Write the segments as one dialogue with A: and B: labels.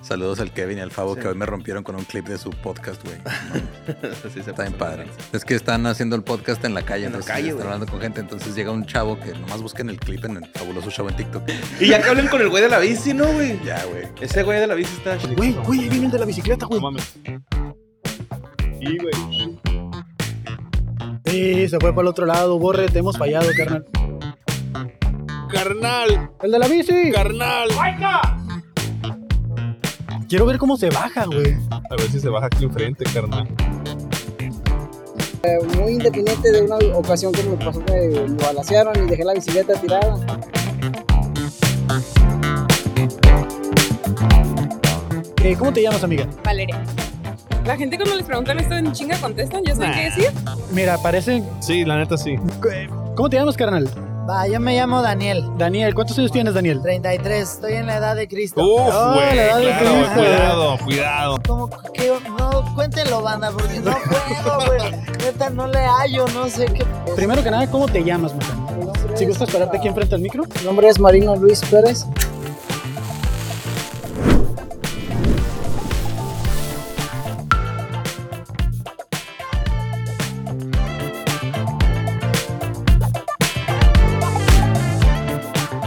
A: Saludos al Kevin y al Fabo
B: Sí.
A: que hoy me rompieron con un clip de su podcast, güey.
B: Sí, se
A: Está bien
B: pasó de
A: padre.
B: lanza.
A: Es que están haciendo el podcast en la calle,
B: En la
A: entonces
B: calle,
A: están
B: güey.
A: hablando con gente. Entonces llega un chavo que nomás busquen el clip en el fabuloso show en TikTok.
B: Y ya que hablen con el güey de la bici, ¿no, güey?
A: ya, güey.
B: Ese güey de la bici está chido.
C: Güey, güey, ahí viene el de la bicicleta, güey.
D: mames. Sí, güey.
C: Sí, se fue para el otro lado, borre, te hemos fallado, carnal.
D: Carnal,
C: El de la bici.
D: carnal.
C: Quiero ver cómo se baja, güey.
D: A ver si se baja aquí enfrente, carnal.
E: muy independiente de una ocasión que me pasó que me balacearon y dejé la bicicleta tirada.
C: Eh, ¿Cómo te llamas, amiga?
F: Valeria. La gente cuando les preguntan esto en chinga contestan, yo sé qué decir.
C: Mira, parece. eh,
D: Sí, la neta sí.
C: ¿Cómo te llamas, carnal?
G: Va, yo me llamo Daniel,
C: Daniel, ¿cuántos años tienes, Daniel?
G: 33, estoy en la edad de Cristo.
D: Uf,
C: Ah,
D: güey.
C: la edad de
D: Claro,
C: Cristo.
D: cuidado, cuidado.
G: Como que no, cuéntenlo, banda, porque no puedo, güey. Neta, no le hallo, no sé qué.
C: Primero que nada, ¿cómo te llamas, mujer?
E: Mi nombre
C: Si
E: es-
C: gustas pararte aquí enfrente al micro.
E: Mi nombre es Marino Luis Pérez.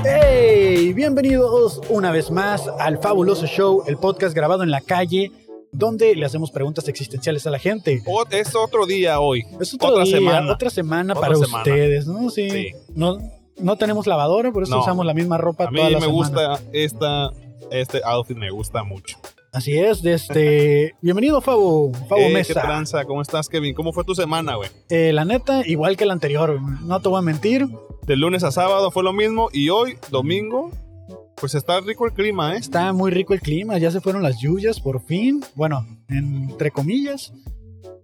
C: ¡Hey! Bienvenidos una vez más al Fabuloso Show, el podcast grabado en la calle, donde le hacemos preguntas existenciales a la gente.
D: O- es otro día hoy.
C: Es otro
D: Otra
C: día,
D: semana.
C: Otra semana
D: Otra
C: para
D: semana.
C: ustedes, ¿no? Sí.
D: Sí.
C: No, no tenemos lavadora, por eso
D: No.
C: usamos la misma ropa
D: A mí
C: toda la
D: me
C: semana.
D: gusta esta, este outfit, me gusta mucho.
C: Así es, de este. Bienvenido, Fabo. Fabo
D: Eh, ¿Qué
C: Mesa.
D: tranza? ¿Cómo estás, Kevin? ¿Cómo fue tu semana, güey?
C: Eh, la neta, igual que la anterior, no te voy a mentir.
D: De lunes a sábado fue lo mismo y hoy, domingo, pues está rico el clima, ¿eh?
C: Está muy rico el clima, ya se fueron las lluvias por fin. Bueno, entre comillas.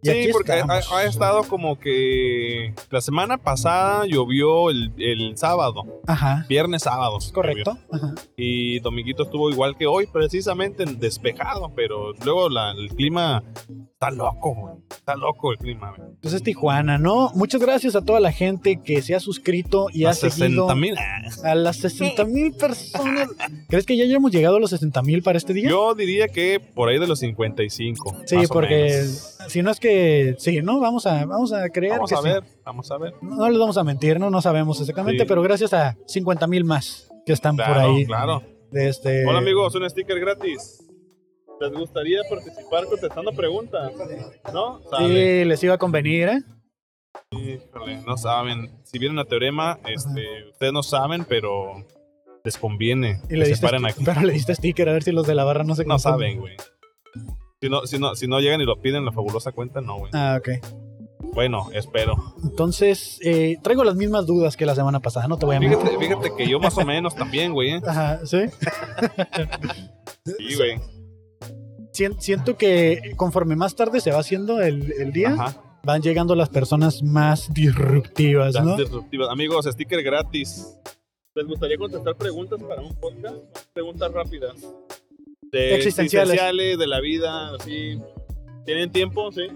C: Y
D: Sí,
C: aquí
D: porque ha,
C: estamos.
D: ha estado como que la semana pasada llovió el, el sábado,
C: Ajá,
D: viernes sábado. llovió.
C: correcto. Ajá.
D: Y dominguito estuvo igual que hoy, precisamente despejado, pero luego la- el clima está loco, güey. Está loco el clima, güey.
C: Pues es Tijuana, ¿no? Muchas gracias a toda la gente que se ha suscrito y
D: A
C: ha seguido
D: 60 mil.
C: a las 60 mil personas. ¿Crees que ya hayamos llegado a los 60 mil para este día?
D: Yo diría que por ahí de los 55.
C: sí,
D: más o
C: porque
D: menos.
C: si no es que sí, no vamos a vamos a creer
D: Vamos
C: que
D: a
C: sí.
D: ver, vamos a ver.
C: No, no les vamos a mentir, no no sabemos exactamente,
D: Sí.
C: pero gracias a 50 mil más que están por
D: Claro,
C: ahí.
D: claro.
C: de este-
D: Hola amigos, un sticker gratis. ¿Les gustaría participar contestando preguntas? ¿No? Sale.
C: Sí, les iba a convenir, ¿eh?
D: Híjole, no saben. Si vienen a Teorema, este, ustedes no saben, pero les conviene
C: Y
D: que
C: le
D: se
C: diste
D: paren
C: sti-
D: aquí.
C: Pero le diste sticker a ver si los de la barra no se
D: No
C: conocen.
D: saben, güey. Si no, si, no, si no llegan y lo piden en la fabulosa cuenta, no, güey.
C: Ah, ok.
D: Bueno, espero.
C: Entonces, eh, traigo las mismas dudas que la semana pasada, no te voy a mentir.
D: Fíjate, fíjate que yo más o menos también, güey. ¿eh?
C: Ajá, sí.
D: Sí, güey.
C: Sien- siento que conforme más tarde se va haciendo el, el día,
D: Ajá.
C: van llegando las personas más disruptivas,
D: Las
C: Pues ¿no?
D: disruptivas. Amigos, sticker gratis. ¿Les gustaría contestar preguntas para un podcast? Preguntas rápidas. De
C: Existenciales.
D: existenciales, de la vida, así. ¿Tienen tiempo? Sí.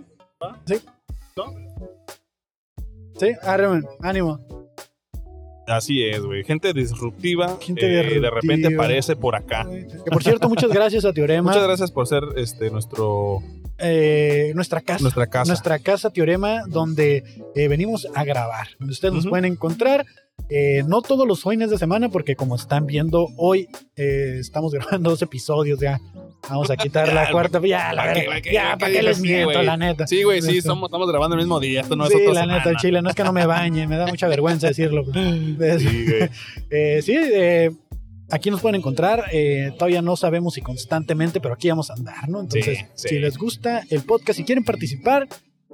C: Sí, arre, man, ánimo.
D: Así es, güey. Gente disruptiva.
C: Gente
D: eh, De repente
C: disruptiva.
D: aparece por acá.
C: Que por cierto, muchas gracias a Teorema,
D: Ah. Muchas gracias por ser este nuestro
C: eh, nuestra casa.
D: nuestra casa.
C: nuestra casa Teorema, donde eh, venimos a grabar, donde ustedes nos
D: Ujú.
C: pueden encontrar. eh, no todos los fines de semana, porque como están viendo, hoy eh, estamos grabando dos episodios ya. Vamos a quitar la
D: Ya,
C: cuarta. Ya, la
D: ¿pa' qué,
C: verga,
D: pa' qué,
C: ya,
D: pa'
C: ¿para
D: qué
C: qué les
D: dices,
C: miento,
D: güey?
C: la neta?
D: Sí, güey, sí,
C: Este,
D: somos, estamos grabando el mismo día. Esto no es
C: sí,
D: otra
C: la
D: semana.
C: neta, al chile, no es que no me bañe, me da mucha vergüenza decirlo. pero-
D: Sí, güey.
C: Eh, sí, eh, aquí nos pueden encontrar. eh, todavía no sabemos si constantemente, pero aquí vamos a andar, ¿no? Entonces,
D: Sí, sí.
C: si les gusta el podcast, si quieren participar,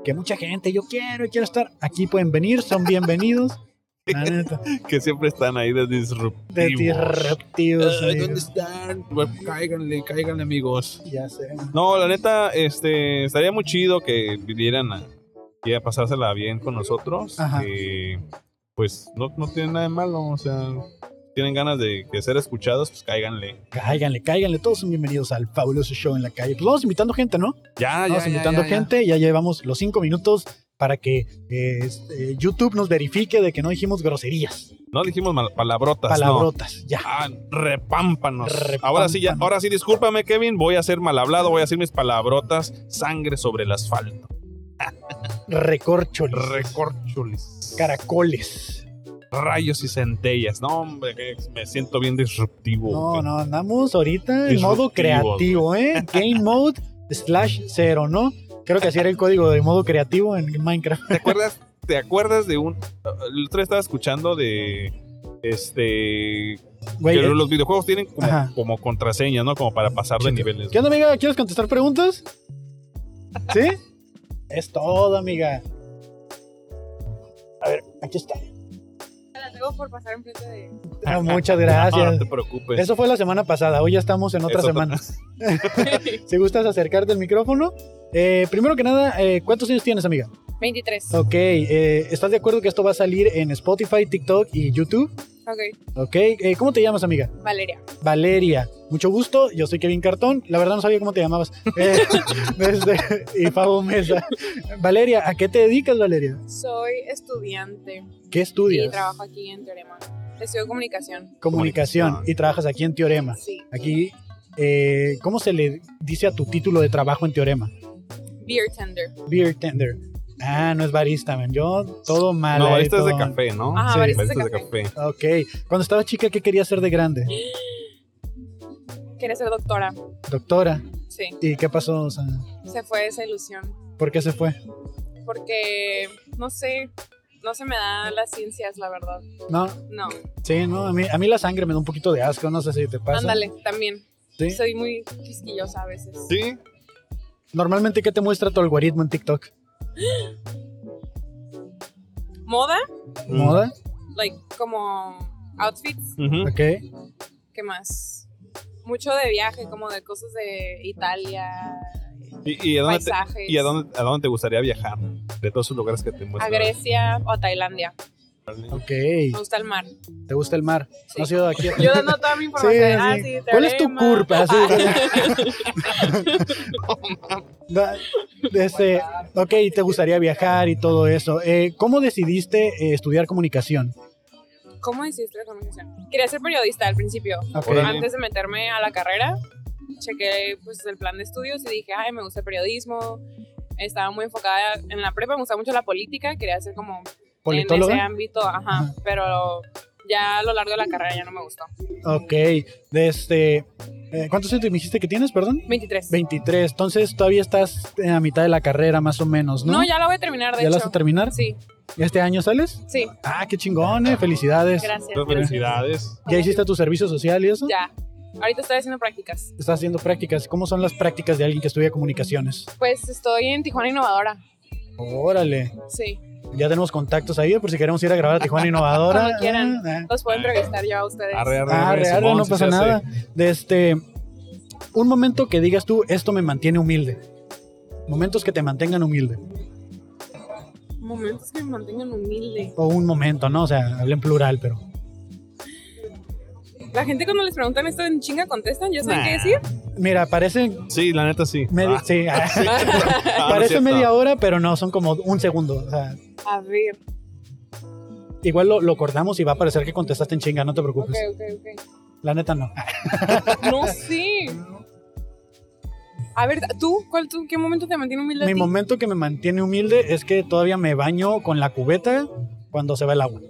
C: que mucha gente, yo quiero y quiero estar, aquí pueden venir, son bienvenidos. La neta,
D: que siempre están ahí de disruptivos.
C: de disruptivos.
D: Ay,
C: amigos.
D: Eh, ¿Dónde están? Bueno, Cáiganle, cáiganle, amigos.
C: Ya sé.
D: No, la neta, este, estaría muy chido que vinieran a, y a pasársela bien con nosotros.
C: Ajá.
D: que, pues no, no tienen nada de malo, o sea, tienen ganas de, de ser escuchados, pues cáiganle.
C: Cáiganle, cáiganle, todos son bienvenidos al fabuloso show en la calle. Pues vamos invitando gente, ¿no?
D: Ya, ya,
C: Vamos
D: ya,
C: invitando
D: ya, ya.
C: gente, ya llevamos los cinco minutos para que eh, este, YouTube nos verifique de que no dijimos groserías,
D: No dijimos mal- palabrotas. Pues no.
C: palabrotas, ya.
D: Ah, repámpanos.
C: Repámpanos.
D: Ahora sí, ya, ahora sí, discúlpame, Kevin. Voy a ser mal hablado, voy a decir mis palabrotas. Sangre sobre el asfalto.
C: Recorcholis,
D: Recorchulis.
C: caracoles.
D: Rayos y centellas. No, hombre, que me siento bien disruptivo.
C: No, no, andamos ahorita en
D: Disruptivo,
C: modo creativo, ¿eh? Game mode slash cero, ¿no? Creo que así era el código de modo creativo en Minecraft.
D: ¿Te acuerdas? ¿Te acuerdas de un. El otro día estaba escuchando de. Este.
C: Güey,
D: que
C: eh,
D: los videojuegos tienen como,
C: Ajá.
D: como contraseña, ¿no? Como para pasar de niveles.
C: ¿Qué onda, amiga? ¿Quieres contestar preguntas? ¿Sí? Es todo, amiga. A ver, aquí está.
F: La tengo por pasar enfrente de.
C: Ah, muchas
D: No, no
C: gracias.
D: te preocupes.
C: Eso fue la semana pasada, hoy ya estamos en otra
D: Es otra-
C: semana. Si gustas acercarte al micrófono. Eh, primero que nada, eh, ¿cuántos años tienes, amiga?
F: 23.
C: Ok, eh, ¿estás de acuerdo que esto va a salir en Spotify, TikTok y YouTube?
F: Ok,
C: Ok, eh, ¿cómo te llamas, amiga?
F: Valeria.
C: Valeria, mucho gusto, yo soy Kevin Cartón, la verdad no sabía cómo te llamabas. Eh, desde- y Pablo Mesa. Valeria, ¿a qué te dedicas, Valeria?
F: Soy estudiante
C: ¿Qué estudias?
F: y trabajo aquí en Teorema. Estudio comunicación.
C: Comunicación.
D: Comunicación.
C: Y trabajas aquí en Teorema.
F: Sí.
C: Aquí, eh, ¿cómo se le dice a tu título de trabajo en Teorema?
F: Beer tender.
C: Beer tender. Ah, no es barista, man. Yo todo mal.
D: No,
C: ahí,
D: este es de
C: todo mal.
D: café, ¿no?
F: Ajá,
C: Sí,
F: baristas
D: Este es
F: de
D: de
F: café.
D: café.
C: Ok. Cuando estaba chica, ¿qué querías ser de grande?
F: Quiere ser doctora.
C: Doctora.
F: Sí.
C: ¿Y qué pasó? O sea,
F: Se fue esa ilusión.
C: ¿Por qué se fue?
F: Porque, no sé, no se me dan las ciencias, la verdad.
C: No,
F: No.
C: sí, no. A mí, a mí la sangre me da un poquito de asco. No sé si te pasa.
F: Ándale, también.
C: Sí.
F: Soy muy quisquillosa a veces.
D: Sí,
C: Normalmente, ¿qué te muestra tu algoritmo en TikTok?
F: Moda,
C: ¿Moda?
F: like como outfits.
D: ujú.
C: Ok.
F: ¿Qué más? Mucho de viaje, como de cosas de Italia,
D: ¿Y, y a dónde te,
F: paisajes.
D: y a dónde, a dónde te gustaría viajar? De todos esos lugares que te
F: A
D: muestran.
F: Grecia o a Tailandia.
C: Ok.
F: Me gusta el mar.
C: ¿Te gusta el mar?
F: Sí.
C: ¿No has ido aquí?
F: Yo dando toda mi información.
C: Sí,
F: Ah,
C: sí.
F: sí,
C: ¿Cuál es tu
F: teorema.
C: curva? Sí,
F: Ah,
C: Da- este, ok, te gustaría viajar y todo eso. Eh, ¿Cómo decidiste eh, estudiar comunicación?
F: ¿Cómo hiciste la comunicación? Quería ser periodista al principio.
C: Ok,
D: Órale.
F: Antes de meterme a la carrera, chequé pues, el plan de estudios y dije, ay, me gusta el periodismo. Estaba muy enfocada en la prepa, me gustaba mucho la política. Quería ser como en ese
C: politóloga.
F: ámbito, ajá,
C: Ajá.
F: pero ya a lo largo de la carrera ya no me gustó.
C: Ok, de este, eh, ¿cuántos años me dijiste que tienes, perdón?
F: 23.
C: 23, entonces todavía estás en la mitad de la carrera más o menos, ¿no?
F: No, ya la voy a terminar, de
C: ¿Ya la
F: hecho.
C: vas a terminar?
F: Sí,
C: ¿Este año sales?
F: sí,
C: Ah, qué chingón, eh, felicidades.
F: gracias.
D: Muchas felicidades.
C: ¿Ya hiciste tu servicio social y eso?
F: Ya. Ahorita estoy haciendo prácticas.
C: Estás haciendo prácticas. ¿Cómo son las prácticas de alguien que estudia comunicaciones?
F: Pues estoy en Tijuana Innovadora.
C: Órale,
F: Sí.
C: ya tenemos contactos ahí por si queremos ir a grabar a Tijuana Innovadora.
F: Cuando quieran.
C: Ah, ah.
F: Los puedo entrevistar yo a ustedes.
D: Arre, arre,
C: Ah,
D: arre,
C: real,
D: Simón,
C: no
D: sí
C: pasa
D: se hace.
C: nada. De este, un momento que digas tú, esto me mantiene humilde. Momentos que te mantengan humilde.
F: Momentos que me mantengan humilde.
C: O un momento, ¿no? O sea, hablé en plural, pero.
F: La gente cuando les preguntan esto en chinga contestan, yo sé
D: Nah.
F: qué decir.
C: Mira, parece.
D: Sí, la neta sí.
C: medi-
D: Ah,
C: sí, ah,
D: ah, no es
C: parece
D: cierto.
C: media hora, pero no, son como un segundo. O sea,
F: A ver.
C: igual lo, lo cortamos y va a parecer que contestaste en chinga, no te
F: Ok,
C: preocupes.
F: ok, ok.
C: La neta no.
F: No sé. A ver, ¿tú? ¿Cuál tú? ¿Qué momento te mantiene humilde? a
C: Mi
F: ti?
C: momento que me mantiene humilde es que todavía me baño con la cubeta cuando se va el agua.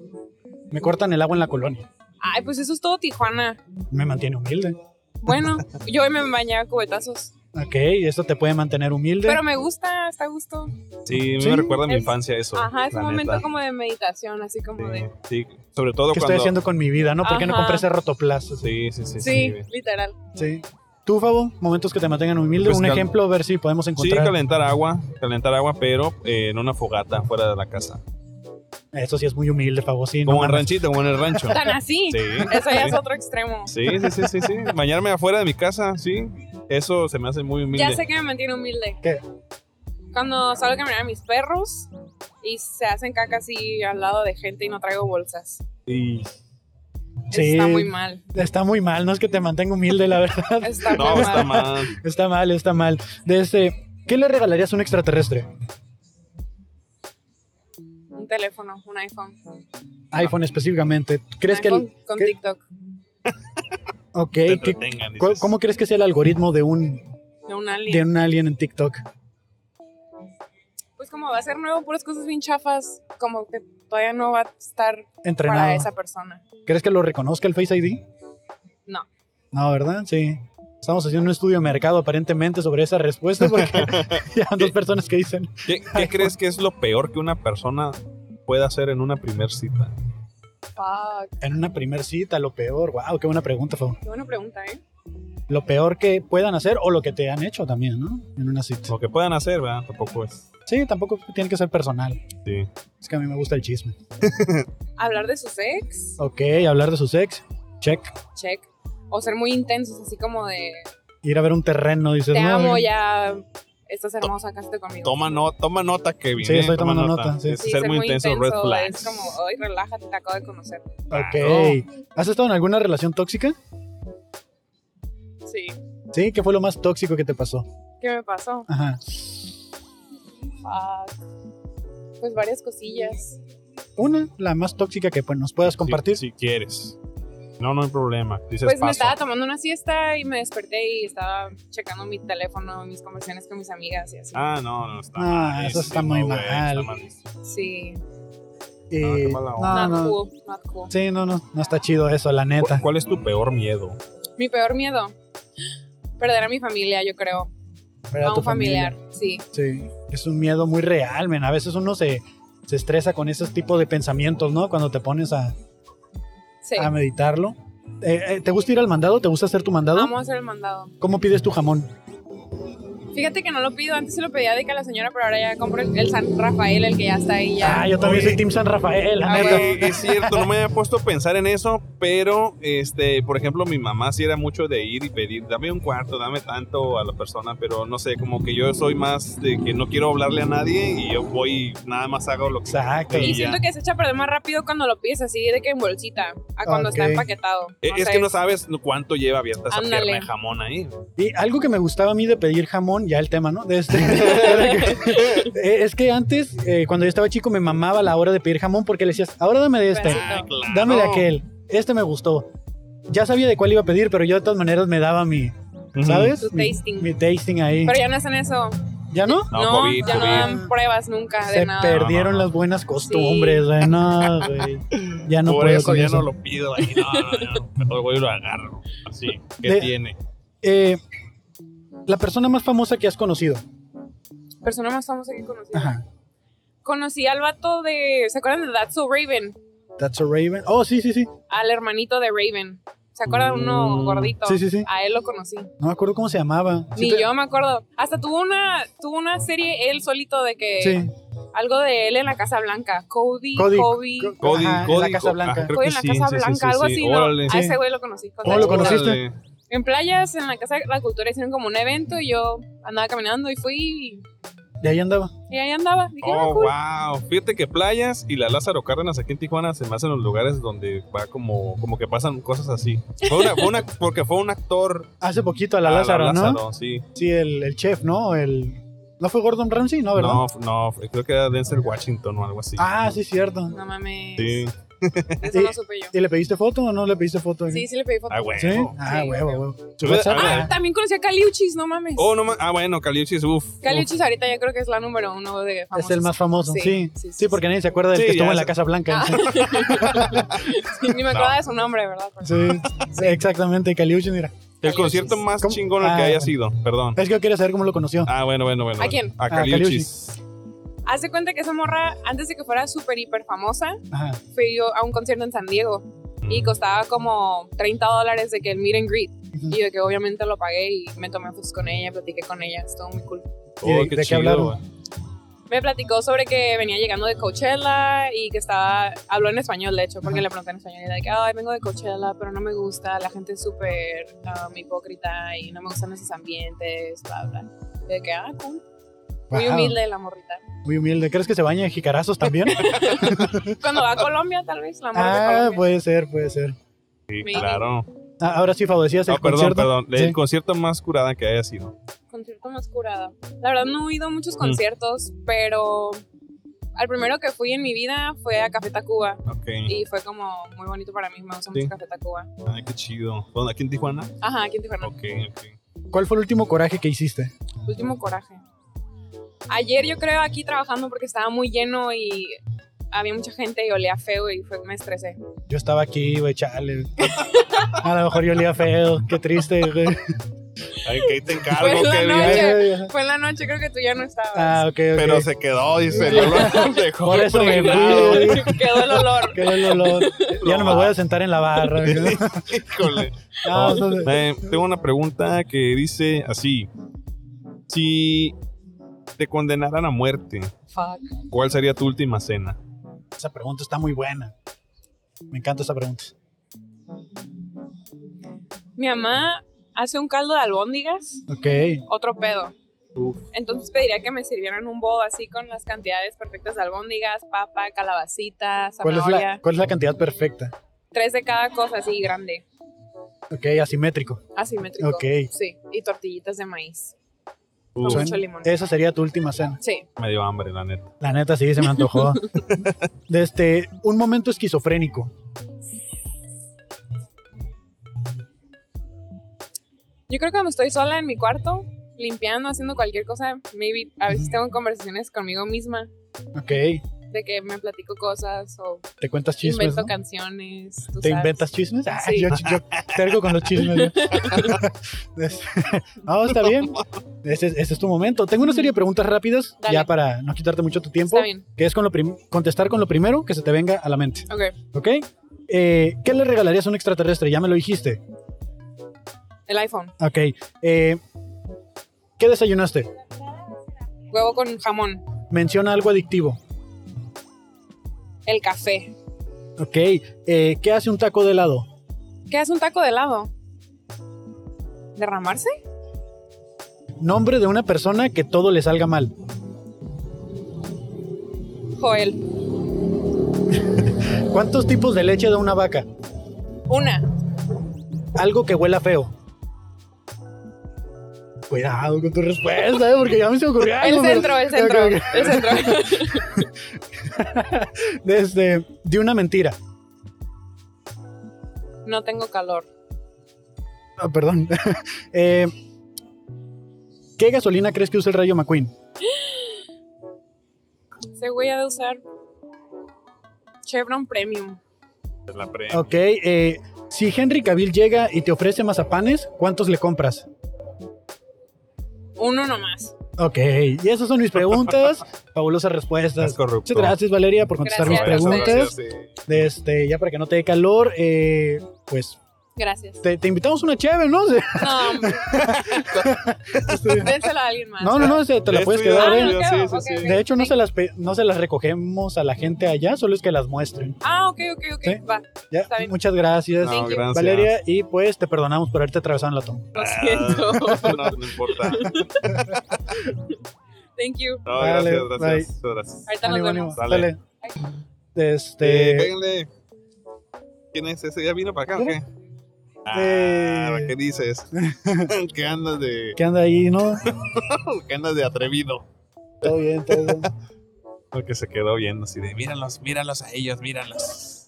C: Me cortan el agua en la colonia.
F: Ay, pues eso es todo Tijuana.
C: Me mantiene humilde.
F: Bueno, yo hoy me bañaba a cubetazos.
C: Ok, esto te puede mantener humilde.
F: Pero me gusta, está a gusto.
D: Sí,
C: Sí.
D: me recuerda a mi
F: Es-
D: infancia eso.
F: Ajá, es
D: la
F: un momento
D: neta.
F: como de meditación, así como de.
D: Sí, sí, sobre todo
C: ¿Qué
D: cuando.
C: estoy haciendo con mi vida, no? ¿Por qué no
F: Ajá.
C: compré ese rotoplas?
D: Sí, sí, sí.
F: Sí,
D: Sí,
F: literal.
C: Sí. Tú, Fabo, momentos que te mantengan humilde.
D: Pues
C: Un
D: cal-
C: ejemplo, a ver si podemos
D: Sí,
C: encontrar.
D: calentar agua, calentar agua, pero eh, en una fogata fuera de la casa.
C: Eso sí es muy humilde, Fabo. Sí, no
D: Como en
C: mames.
D: ranchito, como en el rancho.
F: Tan así.
D: Sí.
F: Eso ya es otro extremo.
D: Sí, sí, sí, sí, sí. Bañarme afuera de mi casa, sí. Eso se me hace muy humilde.
F: Ya sé que me mantiene humilde.
C: ¿Qué?
F: Cuando salgo a caminar a mis perros y se hacen caca así al lado de gente y no traigo bolsas.
D: Y-
F: Eso
C: Sí.
F: Está muy mal.
C: Está muy mal, no es que te mantenga humilde, la verdad.
F: Está muy
D: No,
F: mal.
D: está mal.
C: Está mal, está mal. De este, ¿Qué le regalarías a un extraterrestre?
F: teléfono, un iPhone.
C: iPhone específicamente. ¿Crees
F: Un
C: que el-
F: iPhone con
C: qué-
F: TikTok,
C: ok,
D: Te
C: ¿qué-
D: entretengan,
C: cu-
D: dices.
C: ¿cómo crees que sea el algoritmo de un,
F: de un alien.
C: de un alien en TikTok?
F: Pues como va a ser nuevo, puras cosas bien chafas, como que todavía no va a estar para
C: Entrenado.
F: esa persona.
C: ¿Crees que lo reconozca el Face ID?
F: No.
C: No, ¿verdad? Sí. Estamos haciendo un estudio de mercado aparentemente sobre esa respuesta porque ya van dos personas que dicen
D: ¿Qué, qué crees que es lo peor que una persona pueda hacer en una primer cita?
F: Fuck,
C: en una primer cita lo peor. Wow, qué buena pregunta, Fabo.
F: qué buena pregunta, ¿eh?
C: Lo peor que puedan hacer o lo que te han hecho también, ¿no? En una cita.
D: Lo que puedan hacer, ¿verdad? Tampoco es.
C: Sí, tampoco tiene que ser personal.
D: Sí.
C: Es que a mí me gusta el chisme.
F: Hablar de sus ex,
C: Ok, hablar de su sex. Check.
F: check. O ser muy intensos, así como de,
C: Ir a ver un terreno, dices.
F: te
C: no,
F: amo,
C: eh,
F: ya, estás hermosa, cásate conmigo.
D: Toma, no, toma nota, Kevin.
C: Sí,
D: eh,
C: estoy
D: toma
C: tomando nota, sí.
D: Es
F: Sí,
D: ser, muy intenso, red flags.
F: Es como, ay, relájate, te acabo de conocer.
C: Ok. ¿Has estado en alguna relación tóxica?
F: Sí.
C: Sí, ¿qué fue lo más tóxico que te pasó?
F: ¿Qué me pasó?
C: Ajá.
F: Fuck. Pues varias cosillas.
C: Una, la más tóxica que pues, nos puedas compartir.
D: Si, si quieres. No, no hay problema. Dices
F: Pues me
D: paso.
F: estaba tomando una siesta y me desperté y estaba checando mi teléfono, mis conversaciones con mis amigas y así.
D: Ah, no, no está.
C: Ah,
D: mal,
C: eso
D: sí,
C: está muy
D: güey,
C: mal.
D: está malísimo.
F: Sí.
C: Eh,
D: No, qué mala
C: no,
D: onda.
F: not
C: no.
F: cool, not cool.
C: Sí, no, no, no está chido eso, la neta.
D: ¿Cu- ¿Cuál es tu peor miedo?
F: Mi peor miedo. Perder a mi familia, yo creo.
C: Ver
F: a
C: tu
F: un familiar. Sí.
C: Sí, es un miedo muy real, men. A veces uno se, se estresa con ese tipo de pensamientos, ¿no? Cuando te pones a,
F: Sí.
C: a meditarlo. Eh, eh, ¿Te gusta ir al mandado? ¿Te gusta hacer tu mandado?
F: Vamos a hacer el mandado.
C: ¿Cómo pides tu jamón?
F: Fíjate que no lo pido. Antes se lo pedía de que a la señora, pero ahora ya compro el, el San Rafael, el que ya está ahí ya.
C: Ah, yo también
D: Oye.
C: soy Team San Rafael, la
F: Ah,
C: neta.
D: Güey, es cierto, no me había puesto a pensar en eso, pero este, por ejemplo, mi mamá sí era mucho de ir y pedir, dame un cuarto, dame tanto a la persona, pero no sé, como que yo soy más de que no quiero hablarle a nadie y yo voy y nada más hago lo que
C: Exacto.
D: Y
F: Y
D: ya.
F: siento que se echa a perder más rápido cuando lo pides así de que en bolsita, a cuando
C: Ok.
F: está empaquetado.
D: Eh, es
F: sé.
D: que no sabes cuánto lleva abierta esa
F: Ándale.
D: pierna de jamón ahí.
C: Y algo que me gustaba a mí de pedir jamón, ya el tema, ¿no? De este- era que- eh, es que antes, eh, cuando yo estaba chico, me mamaba la hora de pedir jamón porque le decías, ahora dame de este,
F: Pedacito.
D: Claro.
C: dame de aquel, este me gustó. Ya sabía de cuál iba a pedir, pero yo de todas maneras me daba mi,
D: Ujú.
C: ¿sabes?
F: Tu
C: Mi-
F: tasting.
C: Mi, tasting ahí.
F: Pero ya no hacen eso.
C: ¿Ya no?
D: No,
F: no,
D: COVID,
F: ya no
D: COVID.
F: dan pruebas nunca
C: Se
F: de nada.
C: perdieron
D: No, no, no.
C: las buenas costumbres, güey. No, güey. Ya Ah, no
D: Por
C: puedo
D: eso
C: con
D: ya
C: eso.
D: no lo pido ahí, no, no, no, mejor voy y lo agarro. Así, ¿qué
C: De-
D: tiene?
C: Eh, la persona más famosa que has conocido.
F: Persona más famosa que conocí.
C: Ajá.
F: Conocí al vato de. ¿Se acuerdan de That's So Raven?
C: That's a Raven. Oh, sí, sí, sí.
F: Al hermanito de Raven. ¿Se acuerdan uno
C: Mm,
F: gordito?
C: Sí, sí, sí.
F: A él lo conocí.
C: No me acuerdo cómo se llamaba. sí,
F: Ni
C: te-
F: yo me acuerdo. Hasta tuvo una, tuvo una serie él solito de que.
C: Sí.
F: Algo de él en la Casa Blanca. Cody,
C: Cody.
F: Kobe.
C: Co-
D: Cody,
C: Ajá, en
D: Cody,
C: la Casa
D: co-
C: Blanca.
D: ah, creo
F: Cody
D: que
F: en la
D: sí,
F: Casa
D: sí, sí,
F: Blanca,
D: sí,
F: algo
D: sí.
F: así,
D: Órale.
F: ¿no?
C: Sí.
F: A ese güey lo conocí. con
C: ¿Cómo
F: la
C: lo
F: chica.
C: conociste?
D: Órale.
F: En playas, en la Casa de la Cultura hicieron como un evento y yo andaba caminando y fui
C: De ahí andaba.
F: y, y ahí andaba. Dije, ah,
D: Oh,
F: cool.
D: wow. Fíjate que playas y la Lázaro Cárdenas aquí en Tijuana se me hacen los lugares donde va como, como que pasan cosas así. Fue una, fue una- porque fue un actor.
C: Hace poquito a la
D: a
C: Lázaro, ¿no?
D: sí.
C: Sí, el, el chef, ¿no? El... ¿No fue Gordon Ramsay? No, Ah, ¿verdad?
D: No, no, creo que era Denzel Washington o algo así.
C: Ah, sí, cierto.
F: No mames.
D: sí.
F: Eso
C: Eh,
F: no supe yo.
C: ¿Y le pediste foto o no le pediste foto?
F: Sí, sí le pedí foto.
D: Ah, güey.
C: ¿Sí? Ah,
F: Sí.
C: huevo, huevo. ¿Su
D: Yo-
C: WhatsApp?
D: a ver.
F: Ah, también conocí a Caliuchis, no mames.
D: Oh, no, ma- ah, bueno, Caliuchis, uff.
F: Caliuchis ahorita yo creo que es la número uno de
C: Ah, Es
F: famosos.
C: el más famoso, sí.
F: Ah, Sí,
C: Sí,
F: sí, sí,
C: porque nadie se acuerda del
D: Sí,
C: que estuvo
D: ya
C: en la
D: sé.
C: Casa Blanca.
F: Ah. Sí, Ni me acordaba de su nombre, ¿verdad? Pero-
C: Sí, sí, exactamente, Caliucci, mira.
D: El concierto más
C: ¿Cómo?
D: chingón el
C: Ah,
D: que haya
C: bueno.
D: sido, perdón.
C: Es que yo quiero saber cómo lo conoció.
D: Ah, bueno, bueno, bueno.
F: ¿A
D: bueno.
F: quién?
D: A
C: A
D: Caliuchis.
F: Haz de cuenta que esa morra, antes de que fuera súper hiper famosa,
C: Ajá.
F: fui yo a un concierto en San Diego
D: Mm.
F: y costaba como 30 dólares de que el meet and greet.
C: Ujú.
F: Y de que obviamente lo pagué y me tomé fotos con ella, platiqué con ella, estuvo muy cool.
C: ¿Y de-
D: Oh,
C: de
D: qué
C: qué
D: chido,
C: hablaron?
D: güey.
F: Me platicó sobre que venía llegando de Coachella y que estaba, habló en español de hecho, porque
C: Ajá.
F: le pregunté en español y era de que, ay, vengo de Coachella, pero no me gusta, la gente es súper um, hipócrita y no me gustan esos ambientes, bla, bla. Y de que, ah, cool. Muy
C: Wow,
F: humilde la morrita.
C: Muy humilde. ¿Crees que se baña en jicarazos también?
F: Cuando va a Colombia, tal vez, la morra de
C: ah,
F: Colombia.
C: puede ser, puede ser.
D: Sí,
F: Maybe.
D: claro.
C: Ah, ahora sí, Fabo, decías el
D: No, perdón,
C: concierto.
D: perdón. El
C: Sí.
D: concierto más curada que haya sido.
F: concierto más curada. La verdad no he ido a muchos conciertos, pero Al primero que fui en mi vida fue a Café Tacuba
D: Ok.
F: y fue como muy bonito para mí, me gusta
D: Sí.
F: mucho Café Tacuba.
D: Ay, qué chido. ¿Dónde? ¿Aquí en Tijuana?
F: Ajá, aquí en Tijuana.
D: Ok, ok.
C: ¿Cuál fue el último coraje que hiciste?
F: Último coraje. Ayer yo creo aquí trabajando porque estaba muy lleno y había mucha gente y olía feo y fue, me estresé.
C: Yo estaba aquí, güey, chale. A lo mejor yo olía feo, qué triste, güey.
D: Ay, que ahí te encargo,
F: Pues la
D: qué
F: noche.
D: bien.
F: Fue en la noche, creo que tú ya no estabas.
C: Ah, ok, ok.
D: Pero se quedó, dice. No lo dejó.
C: Por eso me
D: impregnado.
C: fui.
F: Quedó el olor.
C: Qué buen olor. Ya no me voy a sentar en la barra. güey.
D: Híjole.
C: No, no sé.
D: Eh, tengo una pregunta que dice así. Si te condenaran a muerte,
F: Fuck.
D: ¿cuál sería tu última cena?
C: Esa pregunta está muy buena. Me encanta esa pregunta.
F: Mi mamá hace un caldo de albóndigas,
C: Ok.
F: otro pedo. Entonces pediría que me sirvieran un bowl así con las cantidades perfectas de albóndigas, papa, calabacita,
C: ¿Cuál es, la,
F: zanahoria.
C: ¿Cuál es la cantidad perfecta?
F: Tres de cada cosa así grande,
C: Ok, asimétrico.
F: asimétrico.
C: Ok.
F: Sí, y tortillitas de maíz con
D: Uf,
C: Suena-
F: mucho limón.
C: Esa sería tu última cena.
F: Sí.
D: me dio hambre, la neta.
C: La neta, sí, se me antojó. Desde un momento esquizofrénico.
F: Yo creo que cuando estoy sola en mi cuarto, limpiando, haciendo cualquier cosa, maybe a veces tengo conversaciones conmigo misma
C: Ok.
F: de que me platico cosas o
C: Te cuentas chismes.
F: invento
C: ¿no?
F: canciones. tú
C: ¿Te
F: sabes.
C: inventas chismes? Ah,
F: Sí.
C: yo, yo terco con los chismes. yo. Este, no, está bien. Ese, es- ese es tu momento. Tengo una serie de preguntas rápidas,
F: Dale.
C: ya para no quitarte mucho tu tiempo,
F: Está bien.
C: que es con lo prim- contestar con lo primero que se te venga a la mente.
F: Ok.
C: ¿Ok? Eh, ¿Qué le regalarías a un extraterrestre? Ya me lo dijiste.
F: El iPhone.
C: Ok. eh, ¿Qué desayunaste?
F: Huevo con jamón.
C: Menciona algo adictivo.
F: El café.
C: Ok. eh, ¿Qué hace un taco de helado?
F: ¿Qué hace un taco de helado? ¿Derramarse?
C: Nombre de una persona que todo le salga mal.
F: Joel.
C: ¿Cuántos tipos de leche da una vaca?
F: Una.
C: Algo que huela feo. Cuidado con tu respuesta, ¿eh? porque ya me se ocurrió
F: El
C: algo. pero-
F: centro, el centro.
C: Ok,
F: El centro.
C: ok. Desde, de una mentira.
F: No tengo calor.
C: Ah, perdón. Eh, ¿Qué gasolina crees que usa el rayo McQueen?
F: Se voy a usar Chevron Premium.
D: Es la pre.
C: Ok. eh, si Henry Cavill llega y te ofrece mazapanes, ¿cuántos le compras?
F: Uno nomás.
C: Ok, y esas son mis preguntas. Fabulosas
D: Es
C: respuestas.
D: corrupto.
C: Muchas gracias, Valeria, por contestar
F: Gracias,
C: mis
F: gracias.
C: preguntas. De este, ya para que no te dé calor, eh, pues
F: Gracias.
C: te, te invitamos una chévere, ¿no?
F: No, hombre. Dénsela a alguien más.
C: No, no, no, se- te la puedes quedar,
F: Ah,
C: ¿eh?
F: no
D: Sí,
F: quedó.
D: sí,
F: Ok,
D: sí.
F: ok.
C: De hecho, no se, las, pe- no se las recogemos a la gente allá, solo es que las muestren.
F: Ah, ok, ok, ok.
C: Sí.
F: Va.
C: Ya,
F: Está bien.
C: Muchas gracias,
D: No,
F: Thank you.
D: gracias.
C: Valeria, y pues te perdonamos por haberte atravesado en la toma.
F: Lo siento.
D: Ah, no, no importa.
F: Thank you.
D: No,
C: Dale,
D: gracias, gracias. gracias.
F: Ahorita nos
C: Ánimo,
F: vemos.
C: ánimo,
D: Dale.
C: dale.
D: Eh,
C: Este,
D: péguenle. ¿Quién es ese? ¿Ya vino para acá o qué?
C: Eh.
D: Ah, ¿qué dices? ¿Qué andas de,
C: ¿qué anda ahí, no?
D: qué andas de atrevido?
C: Todo bien, todo bien.
D: Porque se quedó viendo así de, míralos, míralos a ellos, míralos.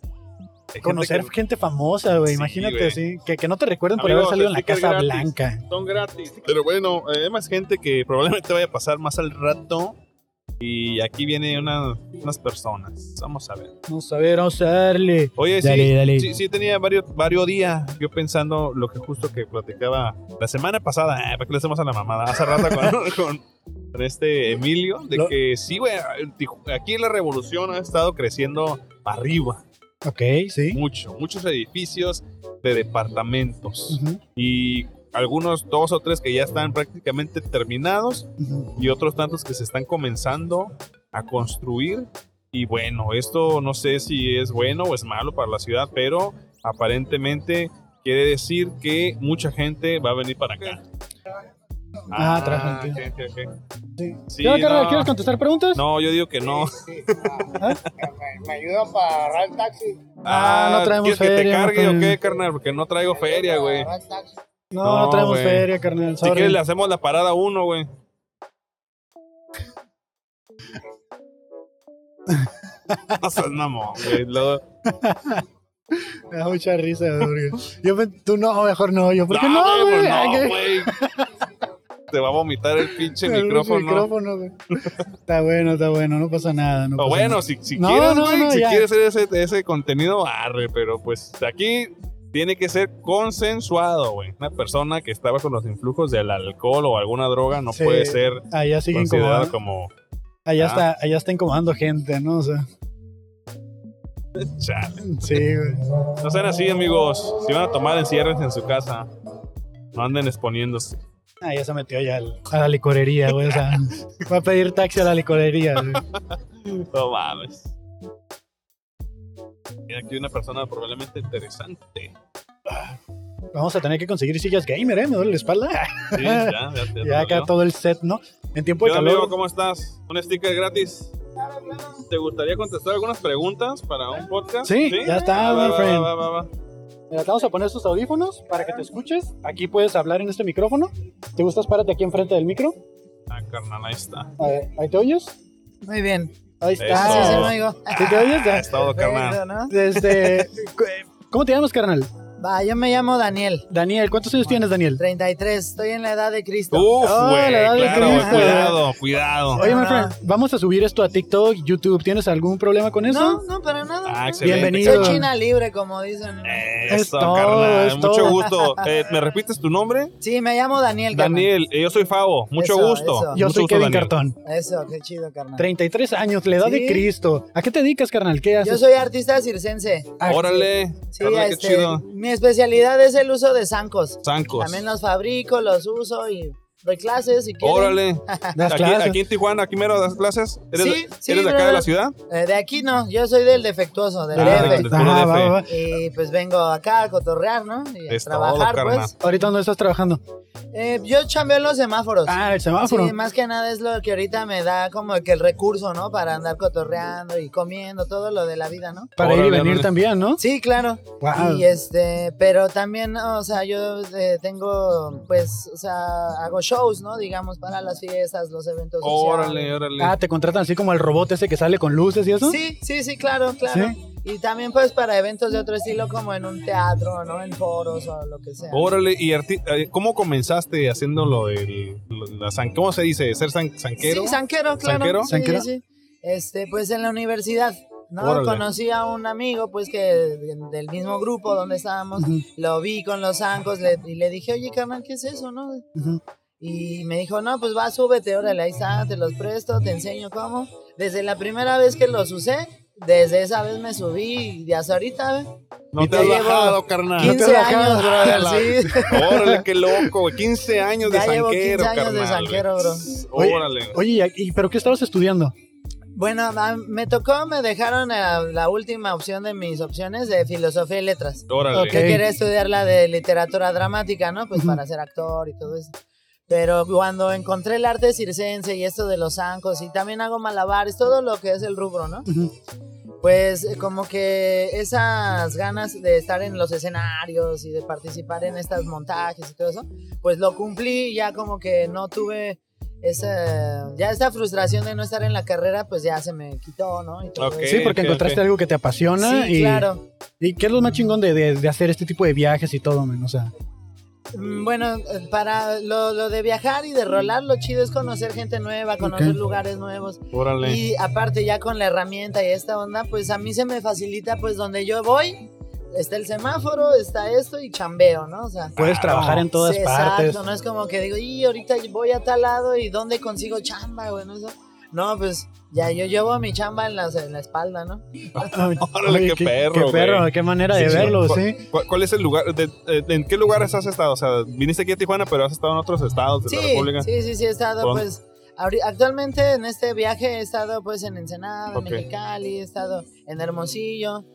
D: Hay gente
C: Conocer
D: que
C: gente, famosa, güey.
D: Sí,
C: Imagínate,
D: güey.
C: sí. Que, que no te recuerden por
D: Amigos,
C: haber salido en la
D: sticker
C: Casa
D: gratis.
C: Blanca.
D: son gratis. Pero bueno, eh, hay más gente que probablemente vaya a pasar más al rato. Y aquí viene una- unas personas. Vamos a ver.
C: Vamos a ver, vamos a darle.
D: Oye,
C: Dale,
D: sí,
C: dale.
D: sí, sí tenía varios, varios días yo pensando lo que justo que platicaba la semana pasada, eh, ¿para qué le hacemos a la mamada? Hace rato con, con- con este Emilio, de
C: Lo-
D: que sí, güey, el Tiju- aquí la revolución ha estado creciendo para arriba,
C: Ok, sí.
D: mucho, muchos edificios de departamentos
C: Ujú,
D: y algunos dos o tres que ya están prácticamente terminados
C: ujú.
D: y otros tantos que se están comenzando a construir. Y bueno, esto no sé si es bueno o es malo para la ciudad, pero aparentemente quiere decir que mucha gente va a venir para acá.
C: Ah, otra gente.
D: ok, ok, ok.
C: Sí.
D: Sí,
C: ¿Qué onda, carnal?
D: no.
C: ¿Quieres contestar preguntas?
D: No, yo digo que no.
E: Me ayudan para agarrar el taxi.
C: Ah, no traemos
D: ¿Quieres que te
C: feria,
D: cargue
C: no
D: o qué,
C: traemos-
D: carnal? Porque no traigo feria, güey.
E: Agarrar el taxi.
C: No, no
D: no,
C: traemos
D: güey.
C: feria, carnal.
D: Si
C: sorry.
D: quieres le hacemos la parada a uno, güey. No seas mamón, güey. Luego-
C: Me da mucha risa, porque Yo, pe- tú no, mejor no. Yo, ¿por qué no,
D: No,
C: güey?
D: güey,
C: Ay,
D: no,
C: qué-
D: güey. Te va a vomitar el pinche
C: el
D: micrófono.
C: micrófono, güey. Está bueno, está bueno, no pasa nada. No
D: O
C: pasa
D: bueno,
C: nada.
D: si, si
C: No,
D: quieres,
C: no,
D: güey,
C: no,
D: si
C: ya.
D: quieres hacer ese, ese contenido, arre, pero pues aquí tiene que ser consensuado, güey. Una persona que estaba con los influjos del alcohol o alguna droga no
C: Sí.
D: puede ser
C: allá sigue
D: considerada
C: incomodando.
D: como
C: Allá,
D: ah.
C: está, allá está incomodando gente, ¿no? O sea,
D: chale.
C: sí, güey.
D: No sean así, amigos. Si van a tomar, encierres en su casa. No anden exponiéndose.
C: Ah, ya se metió ya al- a la licorería, güey. O sea, va a pedir taxi a la licorería, güey.
D: No mames. Mira aquí una persona probablemente interesante.
C: Vamos a tener que conseguir sillas gamer, ¿eh? Me duele la espalda.
D: Sí, ya, ya, ya te
C: Ya acá
D: dolió.
C: todo el set, ¿no? En tiempo de
D: Hola, amigo,
C: calor.
D: ¿cómo estás? ¿Un sticker gratis? ¿Te gustaría contestar algunas preguntas para un podcast?
C: Sí, ya está,
D: Va,
C: my
D: va,
C: friend.
D: va, va, va.
C: Mira, te vamos a poner estos audífonos para que te escuches. Aquí puedes hablar en este micrófono. ¿Te gustas? Párate aquí enfrente del micro.
D: Ah, carnal, ahí está.
C: A ver, ¿ahí te oyes?
G: Muy bien.
C: Ahí
G: Ah,
D: Eso.
G: sí, sí,
C: está.
G: no digo.
C: ¿Sí te oyes?
D: Ahí está todo, carnal.
G: Perfecto, ¿no?
C: Desde... ¿Cómo te llamas, carnal?
G: Va, yo me llamo Daniel,
C: Daniel, ¿cuántos años tienes, Daniel?
G: 33, estoy en la edad de Cristo. Oh,
D: Uf,
C: Ah,
D: güey,
C: la edad de
D: claro, güey,
G: Cristo.
D: cuidado, cuidado.
C: Oye, my
G: no.
C: friend, vamos a subir esto a TikTok, YouTube. ¿Tienes algún problema con eso?
G: no, no, para nada.
D: Ah, excelente. Eh.
C: Bienvenido.
G: Soy China libre, como dicen.
D: Eso,
C: Es todo,
D: carnal.
C: es
D: Mucho
C: todo.
D: gusto. Eh, ¿Me repites tu nombre?
G: Sí, me llamo Daniel. carnal.
D: Daniel, eh, yo soy Favo. Mucho
G: Eso,
D: gusto.
G: eso.
C: Yo
D: Mucho
C: soy
D: gusto,
C: Kevin
D: Daniel.
C: Cartón.
G: Eso, qué chido, carnal.
C: 33 años, la edad de
G: Sí.
C: Cristo. ¿A qué te dedicas, carnal? ¿Qué
G: Yo
C: haces?
G: soy artista circense.
C: Ah,
D: Órale.
G: Sí,
D: órale, qué
G: este,
D: chido.
G: mi especialidad es el uso de zancos.
D: Zancos.
G: También los fabrico, los uso y doy clases si quieren.
D: Órale.
C: Das
D: Aquí,
C: clases.
D: aquí en Tijuana, aquí mero das clases. ¿Eres,
G: Ah, Sí, sí,
D: ¿eres de acá
G: pero-
D: de la ciudad?
G: Eh, de aquí no, yo soy del defectuoso, del
D: Ah,
G: DF.
D: del puro
C: Ajá,
D: DF.
C: va, va, va.
G: Y pues vengo acá a cotorrear, ¿no? Y a
D: Es todo,
G: trabajar,
D: carnal.
G: pues.
C: Ahorita no estás trabajando.
G: Eh, yo chambeo en los semáforos.
C: Ah, el semáforo.
G: Sí, más que nada es lo que ahorita me da como que el recurso, ¿no? Para andar cotorreando y comiendo, todo lo de la vida, ¿no?
C: Para ir y
D: Órale,
C: venir
D: órale.
C: también, ¿no?
G: Sí, claro.
C: Wow.
G: Y este, pero también, o sea, yo eh, tengo, pues, o sea, hago shows, ¿no? Digamos, para las fiestas, los eventos
D: Órale, órale.
C: Ah, te contratan así como el robot ese que sale con luces y eso.
G: sociales. Sí, sí, sí, claro, claro. Y también, pues, para eventos de otro estilo, como en un teatro, ¿no? En foros o lo que sea.
D: Órale, y arti- eh, ¿cómo comenzaste haciendo lo del. lo- la san- ¿Cómo se dice? ¿Ser san- sanquero?
G: Sí, Sanquero, claro.
D: ¿Sanquero?
G: Sí,
C: ¿Sanquero?
G: sí. Este, pues en la universidad, ¿no?
D: Órale.
G: Conocí a un amigo, pues, que de- del mismo grupo donde estábamos,
C: Ujú,
G: lo vi con los zancos le- y le dije, oye, carnal, ¿qué es eso, no?
C: ujú.
G: Y me dijo, no, pues va, súbete, órale, ahí está, te los presto, te enseño cómo. Desde la primera vez que los usé, desde esa vez me subí y hasta ahorita,
C: Ah,
G: ¿ve?
D: No te
G: Ya
D: has
G: llevo
D: bajado, carnal.
G: 15 años, brother, sí.
D: Órale, qué loco, güey. 15 años de
G: Ya llevo
D: sanquero,
G: 15 años
D: carnal.
G: de sanquero, bro.
D: güey. Órale.
C: Oye, ¿y a- y- ¿pero qué estabas estudiando?
G: Bueno, a- me tocó, me dejaron a la última opción de mis opciones de filosofía y letras.
D: Órale.
C: Ok.
G: Yo quería estudiar la de literatura dramática, ¿no? Pues
C: Ujú.
G: para ser actor y todo eso. Pero cuando encontré el arte circense y esto de los zancos y también hago malabares, todo lo que es el rubro, ¿no?
C: Ujú.
G: Pues eh, como que esas ganas de estar en los escenarios y de participar en estos montajes y todo eso, pues lo cumplí y ya como que no tuve esa, ya esta frustración de no estar en la carrera, pues ya se me quitó, ¿no? Y todo
D: Ok.
G: eso.
C: sí, porque
D: ok,
C: encontraste algo que te apasiona.
G: Sí,
C: y,
G: claro.
C: ¿Y qué es lo más chingón de, de- de hacer este tipo de viajes y todo, men? O sea,
G: Mm, Bueno, eh, para lo, lo de viajar y de rolar, lo chido es conocer gente nueva, conocer
C: Ok.
G: lugares nuevos.
D: Órale.
G: Y aparte ya con la herramienta y esta onda, pues a mí se me facilita, pues donde yo voy, está el semáforo, está esto y chambeo, ¿no? O sea,
C: puedes trabajar en todas
G: sí,
C: partes.
G: Exacto, no es como que digo, y ahorita voy a tal lado y dónde consigo chamba, güey, no, Eso- no, pues ya yo llevo mi chamba en la, en la espalda, ¿no?
C: Ay,
D: Órale, qué perro,
C: Qué
D: güey.
C: perro, qué manera de
D: Sí, Pues, sí.
C: verlo,
D: Cu-
C: sí.
D: ¿Cuál, cuál es el lugar? de- eh, ¿En qué lugares has estado? O sea, viniste aquí a Tijuana, pero has estado en otros estados de la
G: Sí,
D: República.
G: sí, sí, sí, he estado,
D: ¿Por
G: pues, ahori- actualmente en este viaje he estado, pues, en Ensenada,
D: Ok.
G: en Mexicali, he estado en Hermosillo,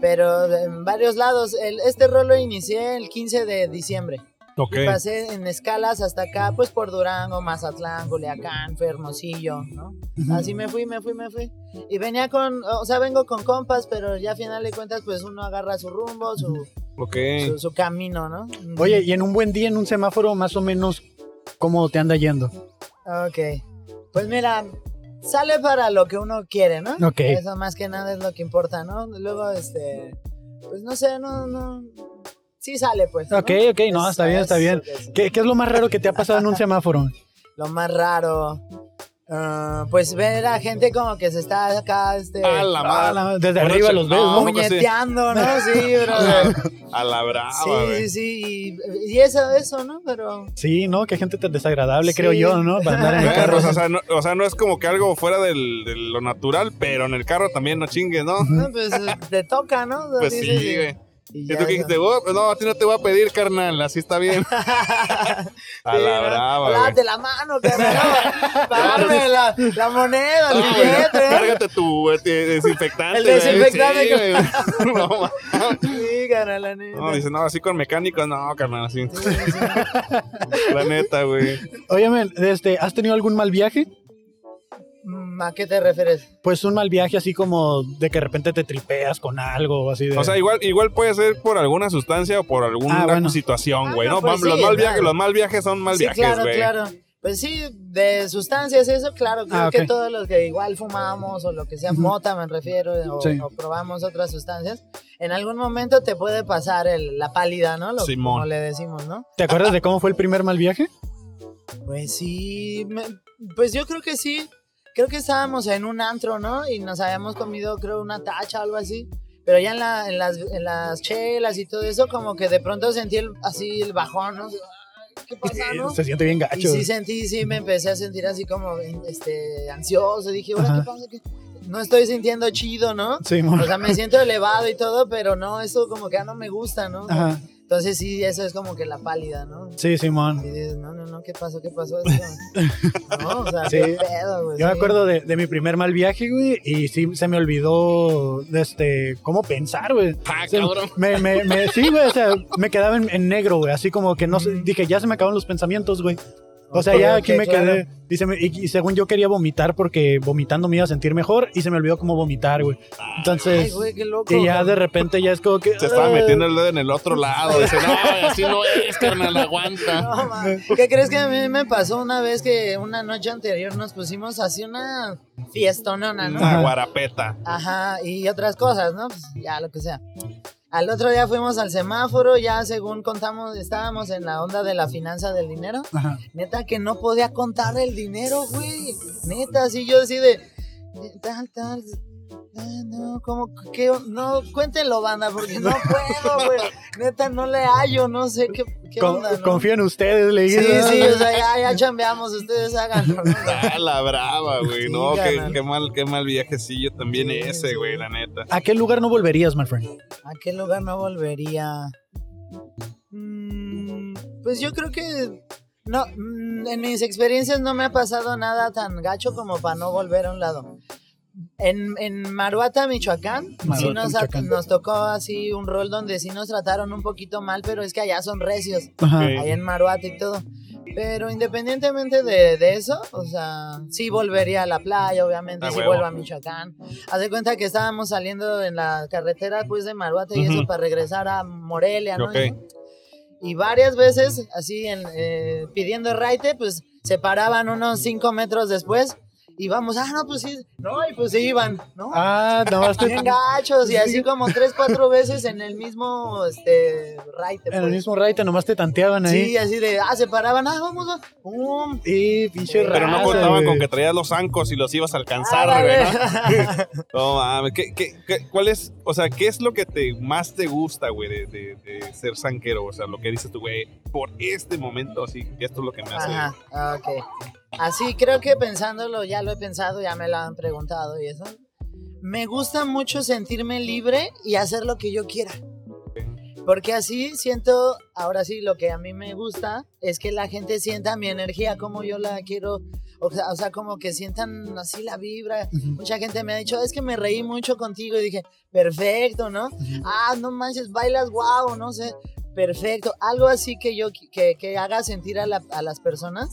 G: pero en varios lados. El- este rol lo inicié el 15 de diciembre.
D: Ok.
G: Pasé en escalas hasta acá, pues, por Durango, Mazatlán, Culiacán, fue Hermosillo, ¿no?
C: Ujú.
G: Así me fui, me fui, me fui. Y venía con, o sea, vengo con compas, pero ya a final de cuentas, pues, uno agarra su rumbo, su,
D: Ok.
G: su, su camino, ¿no?
C: Oye, y en un buen día, en un semáforo, más o menos, ¿cómo te anda yendo?
G: Ok. Pues mira, sale para lo que uno quiere, ¿no?
C: Ok.
G: Eso más que nada es lo que importa, ¿no? Luego, este, pues no sé, no, no, sí sale, pues. ¿no? pues,
C: Ok, ok, no, está bien, está
G: es
C: bien.
G: lo que es.
C: ¿Qué, qué es lo más raro que te ha pasado en un semáforo?
G: Lo más raro, ah, pues ver a gente como que se está acá, este,
D: A la
C: Ah,
D: madre.
C: la- Desde
D: Una
C: arriba
D: cha-
C: los ves,
D: no,
C: ¿no?
D: poco sí.
G: puñeteando, ¿no? Sí, brother.
D: A la brava,
G: Sí,
D: güey.
G: sí, sí, y, y eso, eso, ¿no? Pero...
C: Sí, ¿no? Qué gente tan desagradable,
G: Sí.
C: creo yo, ¿no? Para andar en el
D: Bueno,
C: carro.
D: pues, o, sea, no, o sea, no es como que algo fuera del- de lo natural, pero en el carro también no chingues, ¿no?
G: No, pues eh, te toca, ¿no? O sea,
D: Pues
G: dices,
D: sí, güey.
G: y
D: Y
G: ya,
D: tú que
G: ya.
D: dijiste, "Oh, pues no, a ti no te voy a pedir, carnal, así está bien. A
G: Sí,
D: la
G: ¿no?
D: brava, güey.
G: Lávate la mano, carnal. Dame la, la moneda, el billete.
D: Cárgate tu eh, te- desinfectante.
G: El
D: güey.
G: desinfectante
D: Sí,
G: que-
D: güey. No, ma-
G: Sí, carnal, la neta.
D: no, dice, no, así con mecánicos, no, carnal, así.
G: Sí, sí, sí.
D: La neta, güey.
C: Oye, men, este, ¿has tenido algún mal viaje?
G: Mm, ¿A qué te refieres?
C: Pues un mal viaje así como de que de repente te tripeas con algo, así de...
D: O sea, igual, igual puede ser por alguna sustancia o por alguna
C: Ah, bueno.
D: situación,
G: Ah,
D: güey.
G: no,
D: no,
G: pues
D: Vamos,
G: sí,
D: los, mal
G: claro.
D: viajes, los mal viajes son mal
G: sí,
D: viajes,
G: claro,
D: güey.
G: claro. Pues sí, de sustancias, eso, claro. Creo
C: Ah, ok.
G: que todos los que igual fumamos o lo que sea,
C: Ujú.
G: mota me refiero, o,
C: Sí.
G: o probamos otras sustancias, en algún momento te puede pasar el- la pálida, ¿no? Lo,
D: Simón.
G: Como le decimos, ¿no?
C: ¿Te acuerdas de cómo fue el primer mal viaje?
G: Pues sí, me- pues yo creo que sí. Creo que estábamos en un antro, ¿no? Y nos habíamos comido, creo, una tacha o algo así. Pero ya en, la- en las, en las chelas y todo eso, como que de pronto sentí el- así el bajón, ¿no? Ay, ¿Qué pasa, no?
C: Se siente bien
G: Y
C: gacho.
G: sí sentí, sí me empecé a sentir así como este, ansioso. Dije, "Ahora,
C: Ajá.
G: ¿qué pasa? ¿Qué- No estoy sintiendo chido, ¿no?
C: Sí,
G: O
C: mon.
G: sea, me siento elevado y todo, pero no, eso como que ya no me gusta, ¿no?
C: Ajá.
G: Entonces sí, eso es como que la pálida, ¿no?
C: Sí, Simón.
G: Y dices, no, no, no, ¿qué pasó? ¿Qué pasó? Así como, no, o sea,
C: Sí.
G: qué pedo, güey.
C: Yo me
G: sí.
C: acuerdo de, de mi primer mal viaje, güey, y sí se me olvidó de este, cómo pensar, güey.
D: Ah,
C: O sea,
D: cabrón.
C: Me, me, me- sí, güey, o sea, me quedaba en, en negro, güey, así como que no sé,
G: Ujú.
C: dije, ya se me acabaron los pensamientos, güey. O sea,
G: Ok,
C: ya
G: ok,
C: aquí me
G: claro.
C: quedé. Y, se me- y- y según yo quería vomitar porque vomitando me iba a sentir mejor y se me olvidó cómo vomitar, güey.
G: Ay,
D: Ah,
C: Entonces,
G: güey, qué loco.
C: y ya de repente ya es como que...
D: Se estaba
C: "Ah".
D: metiendo el dedo en el otro lado. Dice, no, así no es, carnal, aguanta.
G: No, ma. ¿Qué crees que a mí me pasó una vez que una noche anterior nos pusimos así una fiestonona, ¿no?
D: Una guarapeta.
G: Ajá, y otras cosas, ¿no? Pues, ya lo que sea. Al otro día fuimos al semáforo, ya según contamos, estábamos en la onda de la finanza del dinero.
C: Ajá.
G: Neta que no podía contar el dinero, güey. Neta, sí, yo así de. eh, Tal, tal. ah, No, como que no, cuéntenlo, banda, porque no puedo, güey. Neta, no le hallo, no sé qué, qué
C: Con-
G: onda, ¿no?
C: Confío en ustedes, le
G: Sí,
C: dije.
G: sí, o sea, ya, ya chambeamos, ustedes háganlo, ¿no?
D: A Ah, la brava, güey.
G: Sí,
D: no, qué,
G: carnal.
D: qué mal, qué mal viajecillo también
G: Sí,
D: ese,
G: sí.
D: güey, la neta.
C: ¿A qué lugar no volverías, my friend?
G: ¿A qué lugar no volvería? Mm, Pues yo creo que no, mm, en mis experiencias no me ha pasado nada tan gacho como para no volver a un lado. En, en Maruata, Michoacán, sí
C: Maruata,
G: nos,
C: Michoacán.
G: nos tocó así un rol donde sí nos trataron un poquito mal, pero es que allá son recios,
C: Ajá.
D: Sí.
G: allá en Maruata y todo. Pero independientemente de, de eso, o sea, sí volvería a la playa, obviamente,
D: Ah,
G: sí
D: huevo.
G: vuelvo a Michoacán. Haz de cuenta que estábamos saliendo en la carretera pues de Maruata y
D: Ujú.
G: eso para regresar a Morelia, ¿no?
D: Ok.
G: Y varias veces, así en, eh, pidiendo raite, pues se paraban unos cinco metros después y vamos, ah, no, pues sí, no, y pues se iban, ¿no?
C: Ah, nada más te-
G: Bien gachos y así como tres, cuatro veces en el mismo este, raite.
C: en el
G: pues.
C: mismo raite nomás te tanteaban ahí.
G: Sí, así de, ah, se paraban, ah, vamos, ah, pum,
C: Y pinche
D: Pero no
C: raza,
D: contaban
C: güey.
D: con que traías los zancos y los ibas a alcanzar, güey. ¿no?
G: Ándale.
D: No mames, ¿qué, qué, qué- cuál es, o sea, qué es lo que te más te gusta, güey, de, de- de ser sanquero? O sea, lo que dices tú, güey, por este momento, así, que esto es lo que me hace.
G: Ajá, ok. Así creo que pensándolo, ya lo he pensado, ya me lo han preguntado y eso. Me gusta mucho sentirme libre y hacer lo que yo quiera. Porque así siento, ahora sí, lo que a mí me gusta es que la gente sienta mi energía como yo la quiero, o sea, o sea, como que sientan así la vibra.
C: Ujú,
G: Mucha gente me ha dicho, es que me reí mucho contigo y dije, perfecto, ¿no?
C: ujú.
G: ah, no manches, bailas, wow, no sé, perfecto. Algo así que yo, qui- que, que haga sentir a, la- a las personas,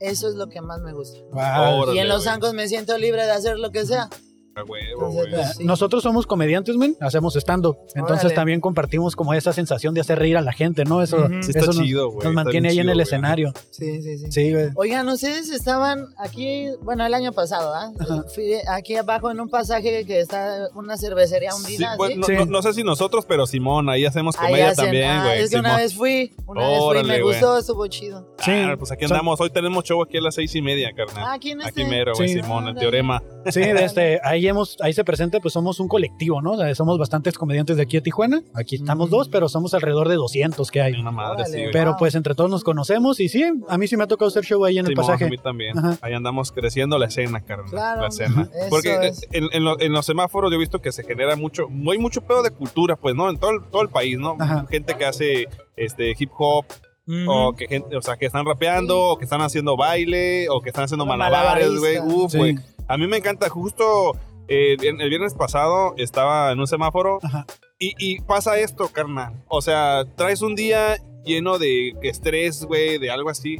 G: eso es lo que más me gusta.
C: Wow.
D: Órale,
G: y en los
D: güey.
G: zancos me siento libre de hacer lo que sea.
D: A huevo,
G: Entonces,
D: güey.
C: eh,
G: pues, sí.
C: Ah, Nosotros somos comediantes, men, hacemos stand-up. Entonces
G: Órale.
C: también compartimos como esa sensación de hacer reír a la gente, ¿no? Eso,
G: Ujú.
C: eso
D: Sí, está
C: nos,
D: chido, güey.
C: nos
D: está
C: mantiene
D: bien
C: ahí en
D: chido,
C: el
D: güey.
C: escenario.
G: Sí, sí, sí.
C: Sí, güey.
G: Oigan, ustedes estaban aquí, bueno, el año pasado, ¿ah? Fui aquí abajo en un pasaje que está una cervecería
D: Sí,
G: hundida.
D: pues,
G: ¿sí?
D: no,
C: Sí.
D: no- no sé si nosotros, pero Simón, ahí hacemos
G: Ahí
D: comedia
G: hacen-
D: también,
G: ah,
D: güey.
G: es que una
D: Simón.
G: vez fui, una vez fui,
D: Órale,
G: me
D: güey.
G: gustó, estuvo chido.
C: Sí.
D: Ah, pues aquí
C: Son-
D: andamos. Hoy tenemos show aquí a las seis y media, carnal.
G: Ah, ¿quién es
D: Aquí
G: este?
D: mero, güey,
C: Sí.
D: Simón, el
G: Órale.
D: teorema.
C: Sí, de este, ahí hemos, ahí se presenta, pues somos un colectivo, ¿no? O sea, somos bastantes comediantes de aquí de Tijuana. Aquí estamos
G: Mm.
C: dos, pero somos alrededor de 200 que hay.
D: Una madre, sí,
G: Órale.
D: güey.
C: Pero pues entre todos nos conocemos y sí, a mí sí me ha tocado hacer show ahí en el
D: Simón, a
C: pasaje.
D: mí también.
C: Ajá.
D: Ahí andamos creciendo la escena, carnal.
G: Claro,
D: la escena.
G: eso
D: Porque eh,
G: es.
D: en, en lo- en los semáforos yo he visto que se genera mucho, hay mucho pedo de cultura, pues, ¿no? En todo el, todo el país, ¿no?
C: Ajá.
D: Gente que hace este hip hop,
C: Ujú.
D: o que gente, o sea, que están rapeando, o que están haciendo baile, o que están haciendo malabares, güey.
G: Malabarista.
D: Uf,
C: Sí.
D: güey. A mí me encanta, justo eh, el el viernes pasado estaba en un semáforo
C: Ajá.
D: y, y pasa esto, carnal. O sea, traes un día lleno de estrés, güey, de algo así.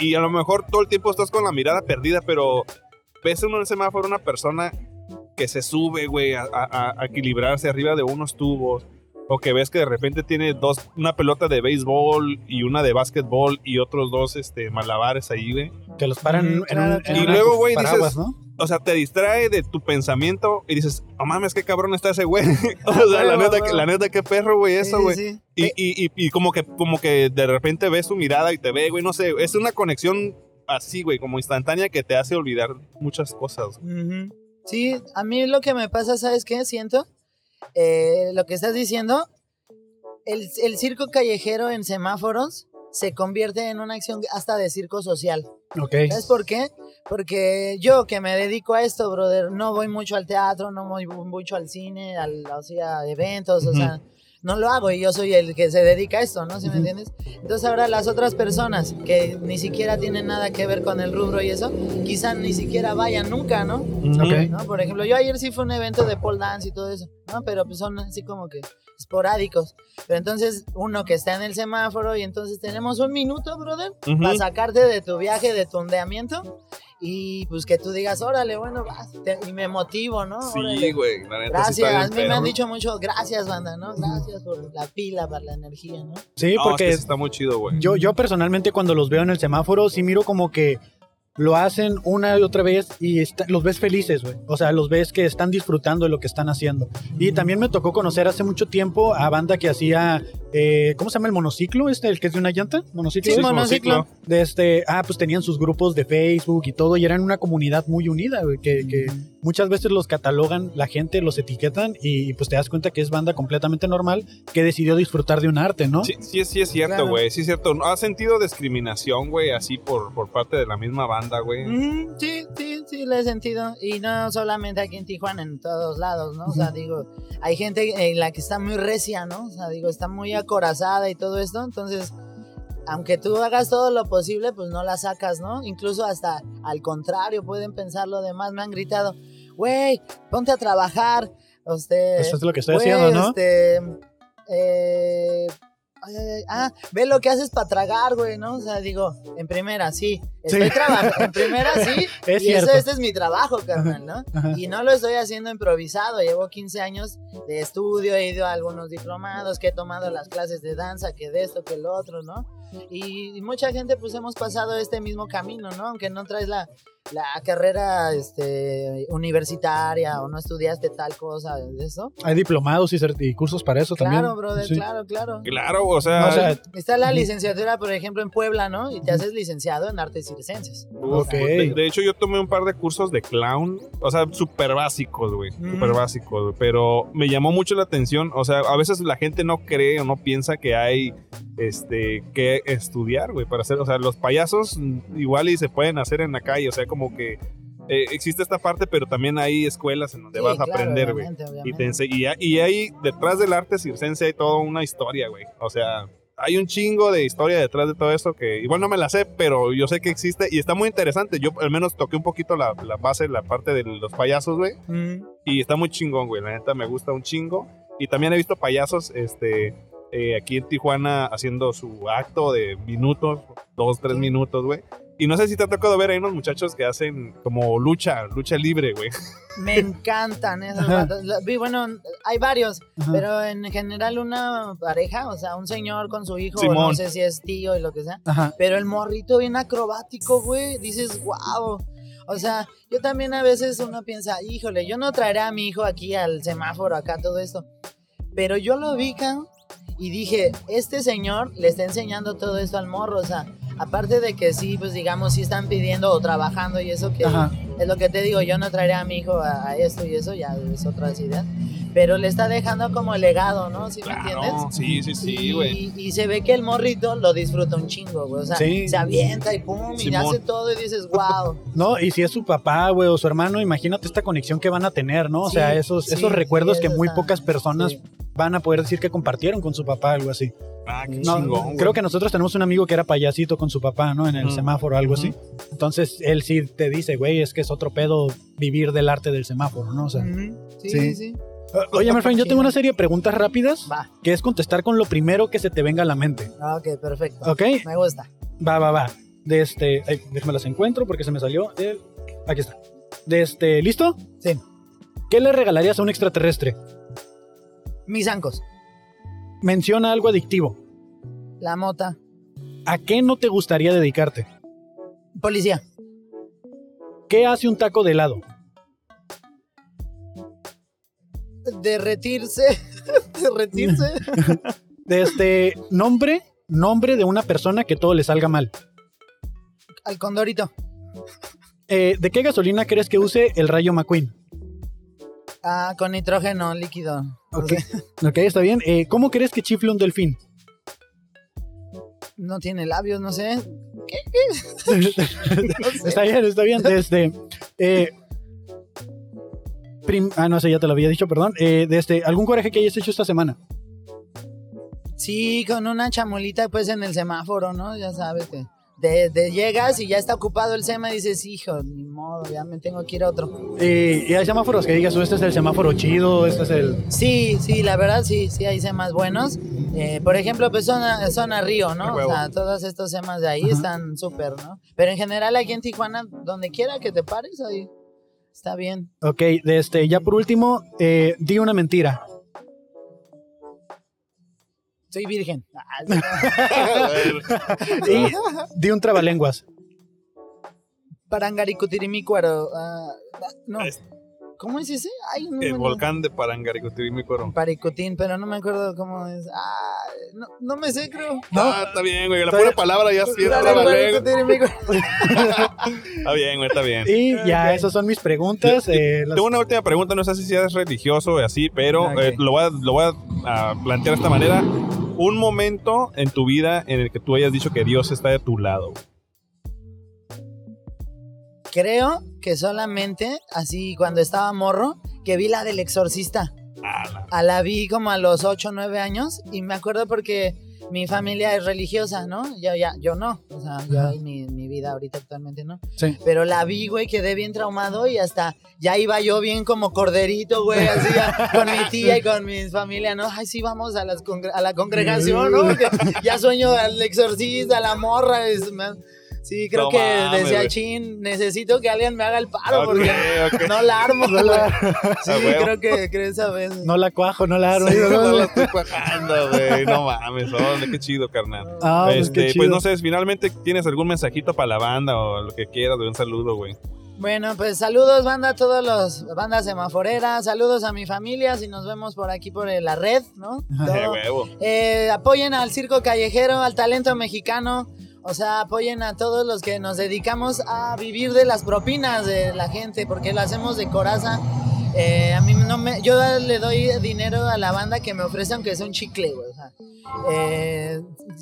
D: Y a lo mejor todo el tiempo estás con la mirada perdida, pero ves en un semáforo una persona que se sube, güey, a, a- a equilibrarse arriba de unos tubos. O que ves que de repente tiene dos, una pelota de béisbol y una de básquetbol y otros dos este, malabares ahí, güey.
C: Que los paran
G: Ujú,
C: en un-
G: claro,
C: en
G: claro.
C: una
D: Y luego, güey,
C: paraguas,
D: dices-
C: ¿no?
D: O sea, te distrae de tu pensamiento y dices, no mames, qué cabrón está ese güey. o sea, la neta, que- la neta, qué perro, güey, eso,
G: Sí,
D: güey.
G: sí, sí.
D: Y, y, y, y como que como que de repente ves su mirada y te ve, güey, no sé, es una conexión así, güey, como instantánea que te hace olvidar muchas cosas.
G: Ujú. Sí, a mí lo que me pasa, ¿sabes qué? Siento eh, lo que estás diciendo. El, el circo callejero en semáforos se convierte en una acción hasta de circo social.
C: Ok.
G: ¿Sabes por qué? Porque yo que me dedico a esto, brother, no voy mucho al teatro, no voy mu- mucho al cine, al, o sea, a eventos, o
D: Ujú.
G: sea, no lo hago y yo soy el que se dedica a esto, ¿no? ¿Sí me
C: Ujú.
G: entiendes? Entonces ahora las otras personas que ni siquiera tienen nada que ver con el rubro y eso, quizá ni siquiera vayan nunca, ¿no?
C: Ok.
G: ¿no? Por ejemplo, yo ayer sí fue un evento de pole dance y todo eso, ¿no? Pero pues son así como que esporádicos. Pero entonces uno que está en el semáforo y entonces tenemos un minuto, brother,
D: Ujú.
G: para sacarte de tu viaje, de tu ondeamiento y pues que tú digas, órale, bueno, vas", te- y me motivo, ¿no?
D: Sí,
G: Órale.
D: güey, la neta sí
G: Gracias,
D: está
G: a
D: bien
G: mí me
D: perro.
G: han dicho mucho, gracias banda, ¿no? Gracias por la pila, por la energía, ¿no?
C: Sí,
D: No, es
C: porque
D: que sí está muy chido, güey.
C: yo, yo personalmente cuando los veo en el semáforo, sí miro como que lo hacen una y otra vez y está- los ves felices, güey. O sea, los ves que están disfrutando de lo que están haciendo. Y también me tocó conocer hace mucho tiempo a banda que hacía, eh, ¿cómo se llama el monociclo? Este, el que es de una llanta, monociclo.
G: Sí,
C: ¿es?
G: monociclo.
C: de este, ah, pues tenían sus grupos de Facebook y todo, y eran una comunidad muy unida, güey, que, que muchas veces los catalogan la gente, los etiquetan y pues te das cuenta que es banda completamente normal que decidió disfrutar de un arte, ¿no?
D: Sí, sí, sí es cierto,
G: Claro.
D: güey, sí es cierto. ¿No ¿Has sentido discriminación, güey, así por, por parte de la misma banda, güey?
G: Ujú, Sí, sí, sí, lo he sentido. Y no solamente aquí en Tijuana, en todos lados, ¿no? O sea, digo, hay gente en la que está muy recia, ¿no? O sea, digo, está muy acorazada y todo esto. Entonces, aunque tú hagas todo lo posible, pues no la sacas, ¿no? Incluso hasta al contrario, pueden pensar lo demás. Me han gritado, güey, ponte a trabajar. Este, Usted,
C: Eso es lo que estoy
G: Güey,
C: haciendo, ¿no?
G: Este, eh, eh, ah, ve lo que haces para tragar, güey, ¿no? O sea, digo, en primera, sí. Estoy
C: Sí.
G: trabajando. En primera, sí.
C: Es
G: y eso,
C: cierto.
G: este es mi trabajo, carnal, ¿no?
C: Ajá.
G: Y no lo estoy haciendo improvisado. Llevo 15 años de estudio, he ido a algunos diplomados, que he tomado las clases de danza, que de esto, que lo otro, ¿no? Y, y mucha gente, pues, hemos pasado este mismo camino, ¿no? Aunque no traes la, la carrera este, universitaria o no estudiaste tal cosa, de eso.
C: Hay diplomados y, certi- y cursos para eso
G: Claro,
C: también.
G: brother,
C: Sí.
G: claro, claro.
D: Claro, o sea,
C: No, o sea,
G: Está la
C: Ujú.
G: licenciatura, por ejemplo, en Puebla, ¿no? Y te haces licenciado en artes circenses.
D: Uf,
C: Ok.
G: pues,
D: De, de hecho, yo tomé un par de cursos de clown, o sea, súper básicos, güey,
G: Mm.
D: súper básicos, güey, pero me llamó mucho la atención, o sea, a veces la gente no cree o no piensa que hay, este, que estudiar, güey, para hacer, o sea, los payasos mm, igual y se pueden hacer en la calle, o sea, como que eh, existe esta parte, pero también hay escuelas en donde
G: Sí,
D: vas a
G: claro,
D: aprender, güey.
G: obviamente,
D: Y,
G: obviamente.
D: te ense- y, ha- y hay detrás del arte circense hay toda una historia, güey. O sea, hay un chingo de historia detrás de todo esto que igual no me la sé, pero yo sé que existe y está muy interesante. Yo al menos toqué un poquito la, la base, la parte de los payasos, güey.
G: Mm.
D: Y está muy chingón, güey. La neta me gusta un chingo. Y también he visto payasos, este, eh, aquí en Tijuana haciendo su acto de minutos, dos, tres minutos, güey. Y no sé si te ha tocado ver, hay unos muchachos que hacen como lucha, lucha libre, güey.
G: Me encantan esos
C: Ajá.
G: vatos. La- Vi, bueno, hay varios,
C: Ajá.
G: pero en general una pareja, o sea, un señor con su hijo,
D: Simón.
G: no sé si es tío y lo que sea.
C: Ajá.
G: Pero el morrito bien acrobático, güey, dices, wow. O sea, yo también a veces uno piensa, híjole, yo no traeré a mi hijo aquí al semáforo, acá, todo esto. Pero yo lo vi, cabrón, y dije, este señor le está enseñando todo esto al morro, o sea, aparte de que sí, pues digamos, sí están pidiendo o trabajando y eso que
C: Ajá.
G: es lo que te digo, yo no traeré a mi hijo a, a esto y eso, ya es otra idea. Pero le está dejando como legado, ¿no? ¿Sí me entiendes?
D: Claro, Ah, sí, sí, sí,
G: Y-
D: güey.
G: Y, se ve que el morrito lo disfruta un chingo, güey. O sea,
C: Sí.
G: se avienta y pum, y
D: Simón.
G: hace todo y dices, wow.
C: No, y si es su papá, güey, o su hermano, imagínate esta conexión que van a tener, ¿no? O sea,
G: Sí,
C: esos,
G: sí,
C: esos recuerdos
G: sí,
C: que
G: eso
C: muy
G: está-
C: pocas personas
G: sí.
C: van a poder decir que compartieron con su papá, algo así.
D: Ah, qué
C: No,
D: chingón, güey.
C: creo que nosotros tenemos un amigo que era payasito con su papá, ¿no? En el
D: Ujú.
C: semáforo, algo así.
D: Ujú.
C: Entonces, él sí te dice, güey, es que es otro pedo vivir del arte del semáforo, ¿no? O
G: Mm.
C: sea,
G: Ujú. Sí,
C: sí.
G: sí,
C: o- oye, my friend, yo tengo una serie de preguntas rápidas
G: Va.
C: que es contestar con lo primero que se te venga a la mente,
G: Ah, Ok, perfecto.
C: ¿ok?
G: Me gusta.
C: Va, va, va. De este, ay, déjame las encuentro porque se me salió. el- aquí está. De este, ¿listo?
G: Sí.
C: ¿Qué le regalarías a un extraterrestre?
G: Mis ancos.
C: Menciona algo adictivo.
G: La mota.
C: ¿A qué no te gustaría dedicarte?
G: Policía.
C: ¿Qué hace un taco de helado?
G: Derretirse. Derretirse.
C: De este, nombre, nombre de una persona que todo le salga mal.
G: Al condorito.
C: Eh, ¿De qué gasolina crees que use el rayo McQueen?
G: Ah, con nitrógeno líquido. No
C: Ok,
G: sé.
C: ok, está bien. Eh, ¿Cómo crees que chifle un delfín?
G: No tiene labios, no sé.
C: Está bien, está bien. Desde. eh, prim- ah, no sé, ya te lo había dicho, perdón. Eh, desde algún coraje que hayas hecho esta semana.
G: Sí, con una chamolita pues en el semáforo, ¿no? Ya sabes que de, de llegas y ya está ocupado el sema y dices, hijo, ni modo, ya me tengo que ir a otro.
C: Eh, y hay semáforos que digas, "Oh, este es el semáforo chido, este es el.
G: Sí, sí, la verdad sí, sí hay semas buenos. Eh, por ejemplo, pues zona, zona Río,
D: A
G: ¿no? O
D: huevo.
G: sea, todos estos semas de ahí
C: Ajá.
G: están súper, ¿no? Pero en general aquí en Tijuana, donde quiera que te pares, ahí está bien.
C: Ok, desde. Ya por último, eh, di una mentira.
G: Soy virgen. Ah, sí.
C: Y di un trabalenguas.
G: Parangaricutirimícuaro. ah, no.
D: Ahí está.
G: ¿Cómo es ese? Ay, no,
D: Este. El
G: no.
D: volcán de Parangaricutirimícuaro.
G: Paricutín, pero no me acuerdo cómo es. Ah, no, no me sé, creo.
D: Ah, está bien, güey. La pura palabra ya sí era
G: Dale,
D: la
G: güey,
D: lengua.
G: Cutirimico.
D: Está bien, güey, está bien.
C: Y ya, esas son mis preguntas. eh, las-
D: Tengo una última pregunta, no sé si eres religioso o así, pero
G: Ah,
D: eh,
G: ok.
D: lo voy, a, lo voy a, a plantear de esta manera. Un momento en tu vida en el que tú hayas dicho que Dios está de tu lado.
G: Creo que solamente, así cuando estaba morro, que vi la del exorcista.
D: Ah, la-
G: A la vi como a los 8 o 9 años y me acuerdo porque mi familia es religiosa, ¿no? Yo, ya, yo no, o sea, yo
C: Ajá.
G: en mi, mi vida ahorita actualmente no.
C: Sí.
G: Pero la vi, güey, quedé bien traumado y hasta ya iba yo bien como corderito, güey, así ya, con mi tía y con mi familia, ¿no? Ay, sí, vamos a, las congre- a la congregación, ¿no? Porque ya sueño al exorcista, a la morra, es- me- Sí, creo
D: No
G: que
D: mames,
G: decía,
D: güey.
G: chin, necesito que alguien me haga el paro
D: Ok,
G: porque
D: ok.
G: no la armo.
C: No la,
G: Sí,
D: Ah, güey.
G: creo que, creo esa vez.
C: no la cuajo, no la armo.
D: No la estoy cuajando, güey. No mames, órale, qué chido, carnal.
C: Ah, pues,
D: Este,
C: qué
D: pues,
C: chido.
D: no sé, finalmente tienes algún mensajito para la banda o lo que quieras, güey, un saludo, güey.
G: Bueno, pues saludos, banda, a todos los bandas semaforeras. Saludos a mi familia. Si nos vemos por aquí por eh, la red, ¿no? Todo.
D: Eh, huevo.
G: Eh, apoyen al circo callejero, al talento mexicano. O sea, apoyen a todos los que nos dedicamos a vivir de las propinas de la gente, porque lo hacemos de coraza. Eh, a mí no me, yo le doy dinero a la banda que me ofrece, aunque sea un chicle, güey, o sea. Eh,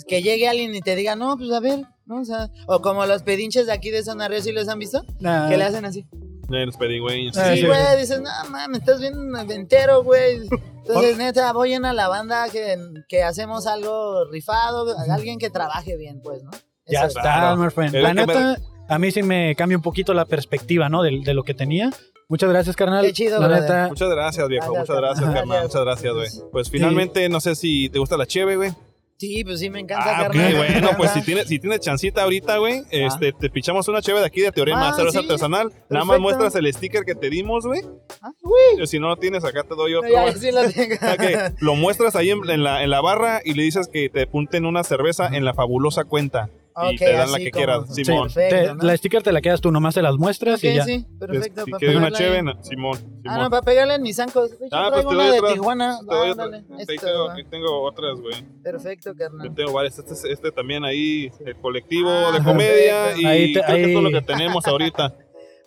G: que llegue alguien y te diga, no, pues a ver, ¿no? O, sea, o como los pedinches de aquí de Zona Río, ¿sí los han visto?
C: Nah.
G: Que le hacen así.
D: Eh, los pedigüeños.
C: Ah,
G: Sí,
C: sí.
G: güey, dices, no mames, estás bien entero, güey. Entonces, neta, apoyen a la banda que, que hacemos algo rifado, alguien que trabaje bien, pues, ¿no?
C: Ya
G: Eso es.
C: está,
D: Claro.
C: my friend.
D: Es
C: La
D: que me-
C: neta, a mí sí me cambia un poquito la perspectiva, ¿no? De, de lo que tenía. Muchas gracias, carnal.
G: Qué chido,
C: La
G: brother.
C: neta,
D: Muchas gracias, viejo.
G: Gracias,
D: Muchas gracias,
G: carnal.
D: carnal. Muchas gracias, güey. Pues finalmente, no sé si te gusta la cheve, güey.
G: Sí, pues sí, me encanta,
D: Ah, ok,
G: carnal. me
D: bueno, pues
G: encanta.
D: si tienes, si tienes chancita ahorita, güey, este, te pichamos una chévere de aquí de Teoría
G: Ah,
D: más cerveza
G: sí.
D: artesanal. Nada más
G: Perfecto.
D: muestras el sticker que te dimos, güey.
G: Ah, uy.
D: Si no lo tienes, acá te doy
G: No,
D: otro.
G: ya,
D: güey.
G: sí lo tengo.
D: Ok, Lo muestras ahí en, en la, en la barra y le dices que te apunten una cerveza en la fabulosa cuenta. y
G: Ok,
D: te dan la
G: así
D: que
G: como-
D: quieras,
G: Sí,
D: Simón.
G: perfecto,
C: Te-
G: ¿no?
C: La sticker te la quedas tú, nomás se las muestras
G: Ok,
C: y ya.
G: sí, perfecto.
D: si
G: para
D: quieres una
G: pegarla
D: chévere,
G: ahí.
D: no, Simón.
G: Ah,
D: Simón.
G: no, para pegarle en mis zancos. Uy,
D: Ah, pues
G: yo traigo
D: te
G: una
D: doy
G: de
D: otra. pues,
G: Tijuana.
D: Te doy
G: Ah,
D: otra.
G: dale,
D: Ahí
G: esto,
D: tengo-
G: va.
D: ahí tengo otras, güey.
G: Perfecto,
D: Yo
G: carnal.
D: tengo varias. Este, es- este también ahí, el colectivo
G: Ah,
D: de comedia.
G: perfecto.
D: Y
C: Ahí te-
D: creo que es todo
C: ahí-
D: lo que tenemos ahorita.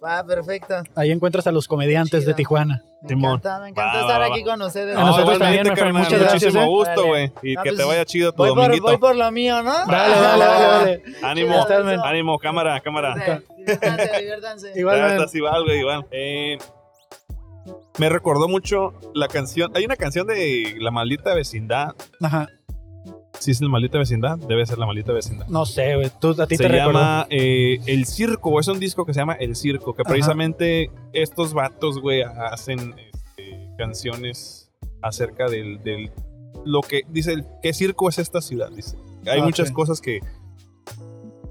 G: Va, perfecto.
C: Ahí encuentras a los comediantes
G: Chido.
C: de Tijuana.
G: Me
D: Simón.
G: encanta, me encanta
D: Va,
G: estar
D: va, va.
G: aquí con ustedes.
C: A nosotros
D: igualmente,
C: también, Rafael,
D: carnal,
C: muchas gracias, Ah,
D: Muchísimo
G: ¿eh?
D: gusto,
G: Órale.
D: güey. Y
G: No,
D: que
G: pues,
D: te vaya chido tu
G: Voy por,
D: dominguito.
G: voy por lo mío, ¿no?
C: Dale, dale, dale, dale.
D: Ánimo,
G: Estás, men.
D: ánimo, cámara, cámara.
G: Diviértanse, diviértanse.
D: Ya
C: Igual,
D: está así, algo, Iván. Eh, me recordó mucho la canción. Hay una canción de La Maldita Vecindad.
C: ajá,
D: Si es La Maldita Vecindad, debe ser La Maldita Vecindad.
C: no sé, güey. Tú a ti
D: Se
C: te recuerdo.
D: llama eh, El Circo, es un disco que se llama El Circo, que
C: Ajá.
D: precisamente estos vatos, güey, hacen este, canciones acerca del, del- lo que dice, el- ¿qué circo es esta ciudad? Dice. Hay
C: Ah,
D: muchas
C: sí.
D: cosas que,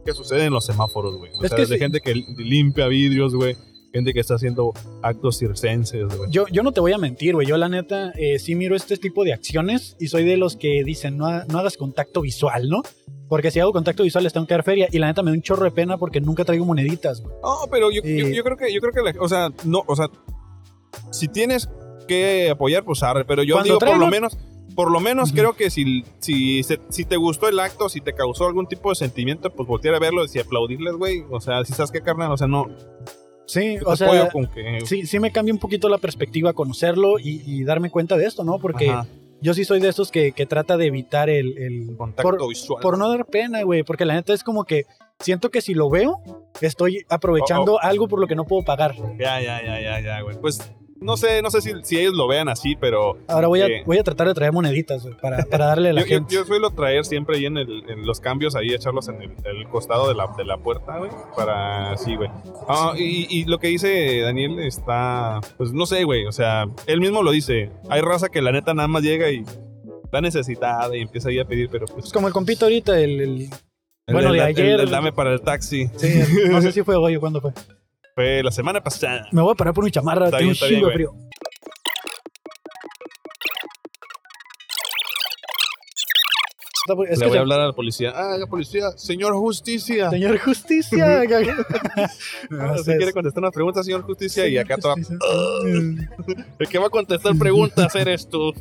D: que suceden en los semáforos, güey. O
C: Es
D: sea,
C: que
D: de
C: sí.
D: gente que limpia vidrios, güey. Gente que está haciendo actos circenses, güey.
C: Yo, yo no te voy a mentir, güey. Yo, la neta, eh, sí miro este tipo de acciones y soy de los que dicen no, ha- no hagas contacto visual, ¿no? Porque si hago contacto visual, les tengo que dar feria. Y la neta me da un chorro de pena porque nunca traigo moneditas, güey.
D: No, pero yo,
C: Y-
D: yo, yo creo que, yo creo que la- o sea, no, o sea, si tienes que apoyar, pues arre, pero yo
C: Cuando
D: digo por
C: traen
D: lo
C: un-
D: menos, por lo menos
C: Ujú.
D: creo que si, si, se- si te gustó el acto, si te causó algún tipo de sentimiento, pues voltear a verlo y aplaudirles, güey, o sea, si sabes qué carnal, o sea, no,
C: Sí,
D: yo te
C: o sea,
D: apoyo con que...
C: sí, sí me cambia un poquito la perspectiva conocerlo y, y darme cuenta de esto, ¿no? Porque
D: ajá,
C: yo sí soy de esos que, que trata de evitar el, el-
D: contacto
C: por,
D: visual.
C: por no dar pena, güey, porque la neta es como que siento que si lo veo, estoy aprovechando
D: Oh,
C: algo por lo que no puedo pagar.
D: Ya, ya, ya, ya, ya, güey, pues... No sé, no sé si, si ellos lo vean así, pero
C: Ahora voy a,
D: Sí.
C: voy a tratar de traer moneditas güey, para, para darle a la
D: yo, yo,
C: gente.
D: yo suelo traer siempre ahí en, el- en los cambios, ahí echarlos en el, el costado de la, de la puerta, güey, para así, güey. Ah, y, y lo que dice Daniel está, pues no sé, güey, o sea, él mismo lo dice. Hay raza que la neta nada más llega y está necesitada y empieza ahí a pedir, pero pues...
C: Es como el compito ahorita, el, el- bueno,
D: el-
C: de
D: el-
C: ayer-
D: el- el dame para el taxi.
C: sí, el- no sé si fue hoy o cuándo fue.
D: Fue la semana pasada.
C: Me voy a parar por mi chamarra,
D: Está
C: tengo
D: bien,
C: un
D: está bien,
C: chingo de
D: güey.
C: frío. Está bu- Es
D: le
C: que
D: voy a
C: se-
D: hablar a la policía. Ah, la policía, señor justicia.
C: Señor Justicia.
D: Ah,
C: Gracias.
D: ¿Se quiere contestar una pregunta, señor justicia? y acá toda-
C: Justicia.
D: El que va a contestar preguntas eres tú.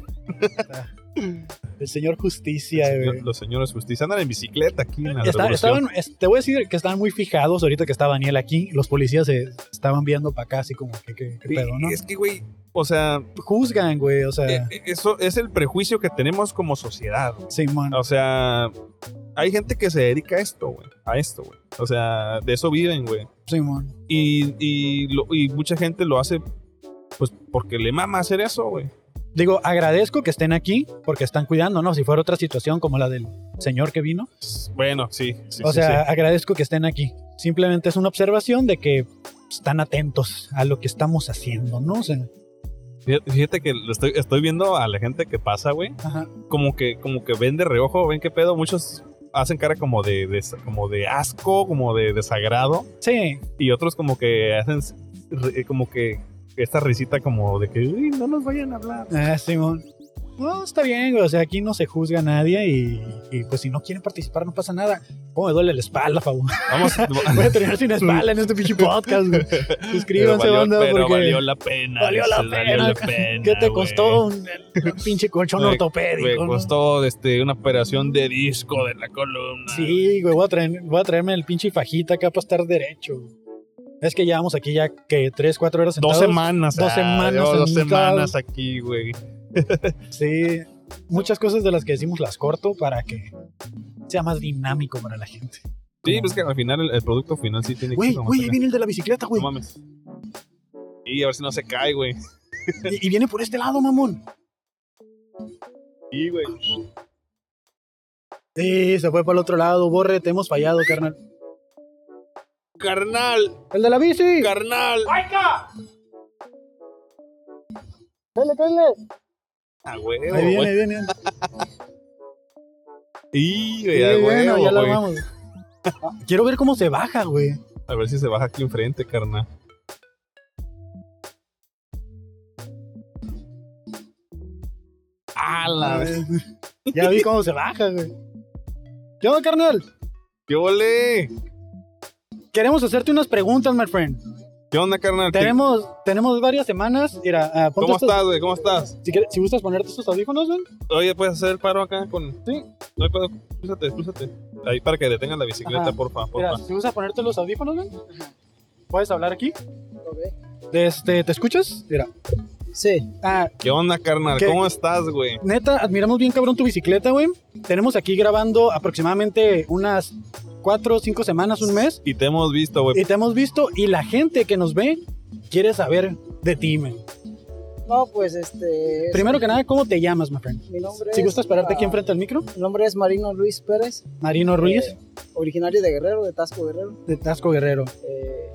C: El señor Justicia,
D: Señor-
C: güey.
D: los señores justicia andan en bicicleta aquí en la
C: Está-
D: revolución.
C: estaban, es- te voy a decir que estaban muy fijados ahorita que estaba Daniel aquí. Los policías se estaban viendo para acá, así como que, que- que
D: Sí,
C: pedo, ¿no? Ah.
D: Es que, güey, o sea,
C: Juzgan, güey, o sea,
D: e- e- eso es el prejuicio que tenemos como sociedad. güey.
C: Simón.
D: O sea, hay gente que se dedica a esto, güey, a esto, güey. O sea, de eso viven, güey.
C: Simón.
D: Y, y, lo- y mucha gente lo hace, pues, porque le mama hacer eso, güey.
C: Digo, agradezco que estén aquí porque están cuidando, ¿no? Si fuera otra situación como la del señor que vino.
D: Bueno, sí, sí,
C: o
D: sí,
C: sea,
D: sí.
C: agradezco que estén aquí. Simplemente es una observación de que están atentos a lo que estamos haciendo, ¿no? O sea,
D: Fíjate- Fíjate que lo estoy, estoy viendo a la gente que pasa, güey.
C: ajá.
D: como que como que ven de reojo, ven qué pedo, muchos hacen cara como de, de- como de asco, como de desagrado
C: Sí,
D: y otros como que hacen ri- como que esta risita como de que "Uy, no nos vayan a hablar.
C: Ah, Simón. No, está bien, güey. O sea, aquí no se juzga a nadie y, y, pues si no quieren participar no pasa nada. ¿Cómo me duele la espalda, favor?
D: Vamos
C: Voy a terminar sin espalda en este pinche podcast, güey.
D: Pero
C: Suscríbanse,
D: valió,
C: banda,
D: pero
C: porque
D: valió la pena.
C: valió la
D: dices, valió
C: pena,
D: la
C: ca-
D: pena,
C: ¿qué te
D: güey.
C: costó un, un pinche colchón
D: Me-
C: ortopédico?
D: Me
C: no?
D: costó este, una operación de disco de la columna.
C: Sí, güey, voy a, traer- voy a traerme el pinche fajita acá para estar derecho. güey. Es que llevamos aquí ya que tres, cuatro horas
D: Dos
C: sentados.
D: semanas.
C: Dos
D: ah,
C: semanas
D: llevo dos
C: sentados.
D: semanas aquí, güey.
C: Sí, muchas cosas de las que decimos las corto para que sea más dinámico para la gente.
D: Sí, pues que al final el, el producto final sí tiene
C: Güey,
D: que
C: güey, ahí viene el de la bicicleta, güey.
D: No mames. Y a ver si no se cae, güey.
C: Y, y viene por este lado, mamón.
D: Sí, güey.
C: Sí, se fue para el otro lado. Borre, te hemos fallado, carnal.
D: Carnal,
C: ¡El de la bici!
D: carnal.
E: Dale, dale.
D: Ah, güey.
C: Ahí viene, ahí viene.
D: Y, güey,
C: Sí,
D: a
C: bueno,
D: huevo,
C: ya la
D: güey.
C: armamos. Quiero ver cómo se baja, güey.
D: A ver si se baja aquí enfrente, carnal. ¡A la vez!
C: Ya vi cómo se baja, güey. ¿Qué onda, carnal?
D: ¡Qué ole!
C: Queremos hacerte unas preguntas, my friend.
D: ¿Qué onda, carnal? ¿Qué-
C: Tenemos, tenemos varias semanas. Mira, ah, ponte
D: ¿Cómo
C: estos-
D: estás, güey? ¿Cómo estás?
C: Si, quieres- si gustas ponerte estos audífonos, güey.
D: Oye, ¿puedes hacer el paro acá con...?
C: Sí.
D: No hay pedo. Crúzate, crúzate. Ahí para que detengan la bicicleta,
C: Ajá.
D: porfa, porfa.
C: Mira, si gustas ponerte los audífonos, güey. Puedes hablar aquí.
E: Ok.
C: Este, ¿te escuchas? Mira.
E: Sí.
C: Ah,
D: ¿Qué onda, carnal?
C: ¿Qué?
D: ¿Cómo estás, güey?
C: neta, admiramos bien cabrón tu bicicleta, güey. Tenemos aquí grabando aproximadamente unas cuatro o cinco semanas, un mes.
D: Y te hemos visto, güey.
C: Y te hemos visto y la gente que nos ve quiere saber de ti, men.
E: No, pues este. es-
C: Primero que nada, ¿cómo te llamas, my friend?
E: mi nombre
C: Si
E: es-
C: gustas pararte aquí
E: ah,
C: enfrente al micro,
E: Mi nombre es Marino Luis Pérez,
C: Marino Ruiz,
E: Eh. originario de Guerrero, de Tasco Guerrero.
C: de Tasco Guerrero.
E: Eh,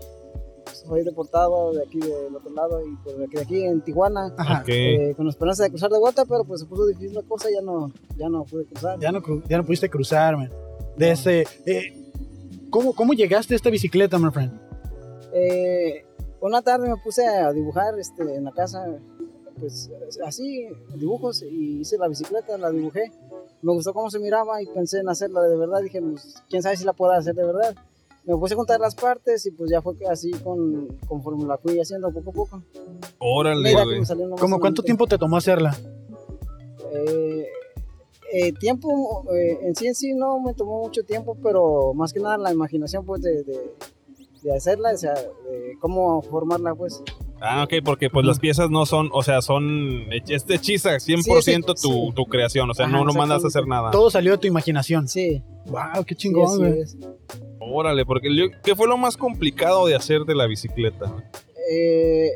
E: soy deportado de aquí del otro lado y pues de aquí, de aquí en Tijuana.
C: Ajá.
D: Ok.
E: eh, con la esperanza de cruzar de vuelta, pero pues se puso difícil la cosa, ya no, ya no pude cruzar.
C: Ya no, cru- ya no pudiste cruzar, man. De ese, eh, ¿cómo, ¿Cómo llegaste a esta bicicleta, my friend?
E: Eh, una tarde me puse a dibujar este, en la casa, pues así, dibujos, y hice la bicicleta, la dibujé. Me gustó cómo se miraba y pensé en hacerla de verdad. Dije, pues, quién sabe si la pueda hacer de verdad. Me puse a contar las partes y pues ya fue que así con, conforme la fui haciendo poco a poco.
D: Órale,
E: Mira, que
D: güey.
E: me salió nomás
C: ¿Cómo
E: un
C: cuánto
E: minuto.
C: tiempo te tomó hacerla?
E: Eh, eh, tiempo eh, en sí en sí no me tomó mucho tiempo, pero más que nada la imaginación pues de, de- de hacerla, o sea, de cómo formarla pues.
D: Ah, ok, porque pues las piezas no son, o sea, son, hech- es hechiza, 100% tu,
E: Sí, sí, sí.
D: tu creación, o sea,
E: Ajá,
D: no, no mandas a hacer
E: exactamente.
D: nada.
C: Todo salió de tu imaginación.
E: Sí,
C: Wow, qué
E: sí,
C: chingón,
E: así
C: güey.
E: es.
D: Órale, porque yo- ¿qué fue lo más complicado de hacer de la bicicleta?
E: Eh,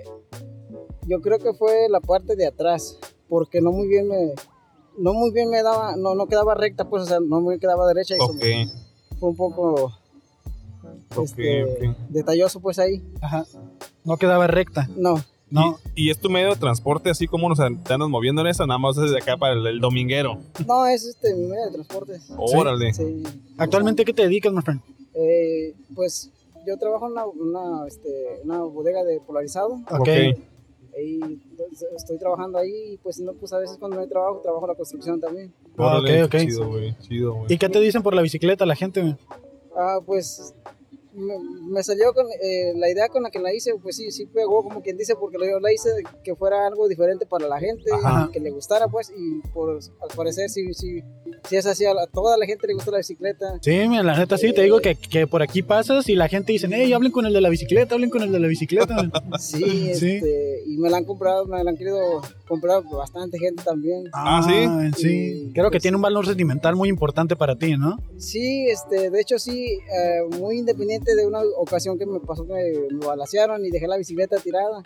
E: yo creo que fue la parte de atrás, porque no muy bien me, no muy bien me daba, no, no quedaba recta, pues, o sea, no me quedaba derecha y eso
D: Ok,
E: fue un poco
D: ok,
E: este,
D: ok.
E: detalloso, pues ahí.
C: Ajá. No quedaba recta,
E: No,
C: ¿no?
D: ¿Y es tu medio de transporte así como nos an- te andas moviendo en esa? Nada más desde acá para el, el dominguero.
E: no es este mi medio de transporte.
D: Órale.
E: Sí.
C: Actualmente, ¿qué te dedicas, my friend?
E: Eh, pues yo trabajo en una, una, este, una bodega de polarizado
D: Ok.
E: y pues, estoy trabajando ahí y pues no pues a veces cuando no hay trabajo trabajo en la construcción también.
C: Ah,
D: Órale,
C: ok, ok.
D: chido, güey, chido, güey.
C: ¿Y qué te dicen por la bicicleta la gente, güey?
E: Ah, pues me, me salió con eh, la idea con la que la hice, pues sí, sí pegó como quien dice, porque yo la hice que fuera algo diferente para la gente,
C: Ajá.
E: que le gustara, pues, y por, al parecer sí, sí, sí es así, a, la- toda la gente le gusta la bicicleta.
C: Sí, man, la neta sí, te digo que, que por aquí pasas y la gente dice, hey, hablen con el de la bicicleta, hablen con el de la bicicleta. man".
E: Sí,
C: Sí.
E: este, y me la han comprado, me la han querido comprar bastante gente también.
D: Ah, ¿sí?
C: man, Sí.
E: Y,
C: Creo que
E: pues,
C: tiene un valor sentimental muy importante para ti, ¿no?
E: Sí, este, de hecho sí, eh, muy independiente de una ocasión que me pasó que me balacearon y dejé la bicicleta tirada.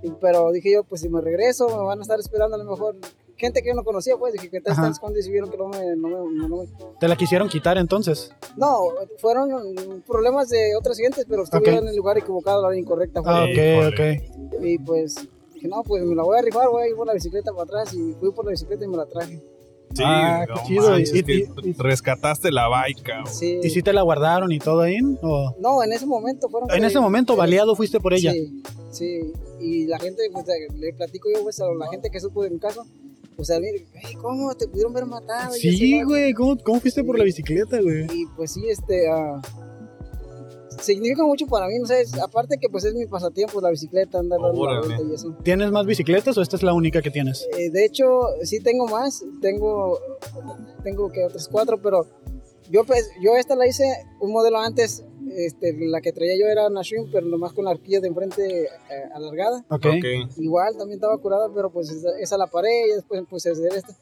E: Y- pero dije yo, pues si me regreso me van a estar esperando a lo mejor gente que yo no conocía, pues dije que te
C: Ajá.
E: están escondiendo y si vieron que no me... No, me- no me-
C: Te la quisieron quitar entonces.
E: no, fueron problemas de otras gentes, pero estuve
C: Ok.
E: en el lugar equivocado, la hora incorrecta. fue.
C: Ah,
D: Híjole.
C: ok, ok.
E: Y pues dije, no, pues me la voy a rifar, voy a ir por la bicicleta para atrás y fui por la bicicleta y me la traje.
D: Sí,
C: Ah,
D: no
C: qué chido,
D: manches,
C: y-
D: que
C: y- y-
D: rescataste la baica, güey.
E: Sí.
C: ¿Y si te la guardaron y todo ahí? ¿O?
E: No, en ese momento fueron...
C: En ese
E: eh,
C: momento,
E: eh,
C: baleado fuiste por ella.
E: Sí, sí. Y la gente, pues, le platico yo, pues, a la gente que supo de mi caso. O sea, mire, "Ey, ¿cómo te pudieron ver matado? Y
C: Ah, Sí,
E: así, ¿no?
C: güey, ¿cómo, cómo fuiste por la bicicleta, güey?
E: Y pues sí, este, ah, significa mucho para mí, no sé, es- aparte que pues es mi pasatiempo, la bicicleta, andar dando la
D: Órale.
E: vuelta y eso.
C: ¿Tienes más bicicletas o esta es la única que tienes?
E: Eh, de hecho, sí tengo más, tengo, tengo que otras cuatro, pero yo pues, yo esta la hice un modelo antes, este, la que traía yo era una shrimp, pero nomás con la arquilla de enfrente eh, alargada.
C: Ok.
D: Ok.
E: Igual también estaba curada, pero pues esa, pues, esa la paré y después me puse a hacer esta.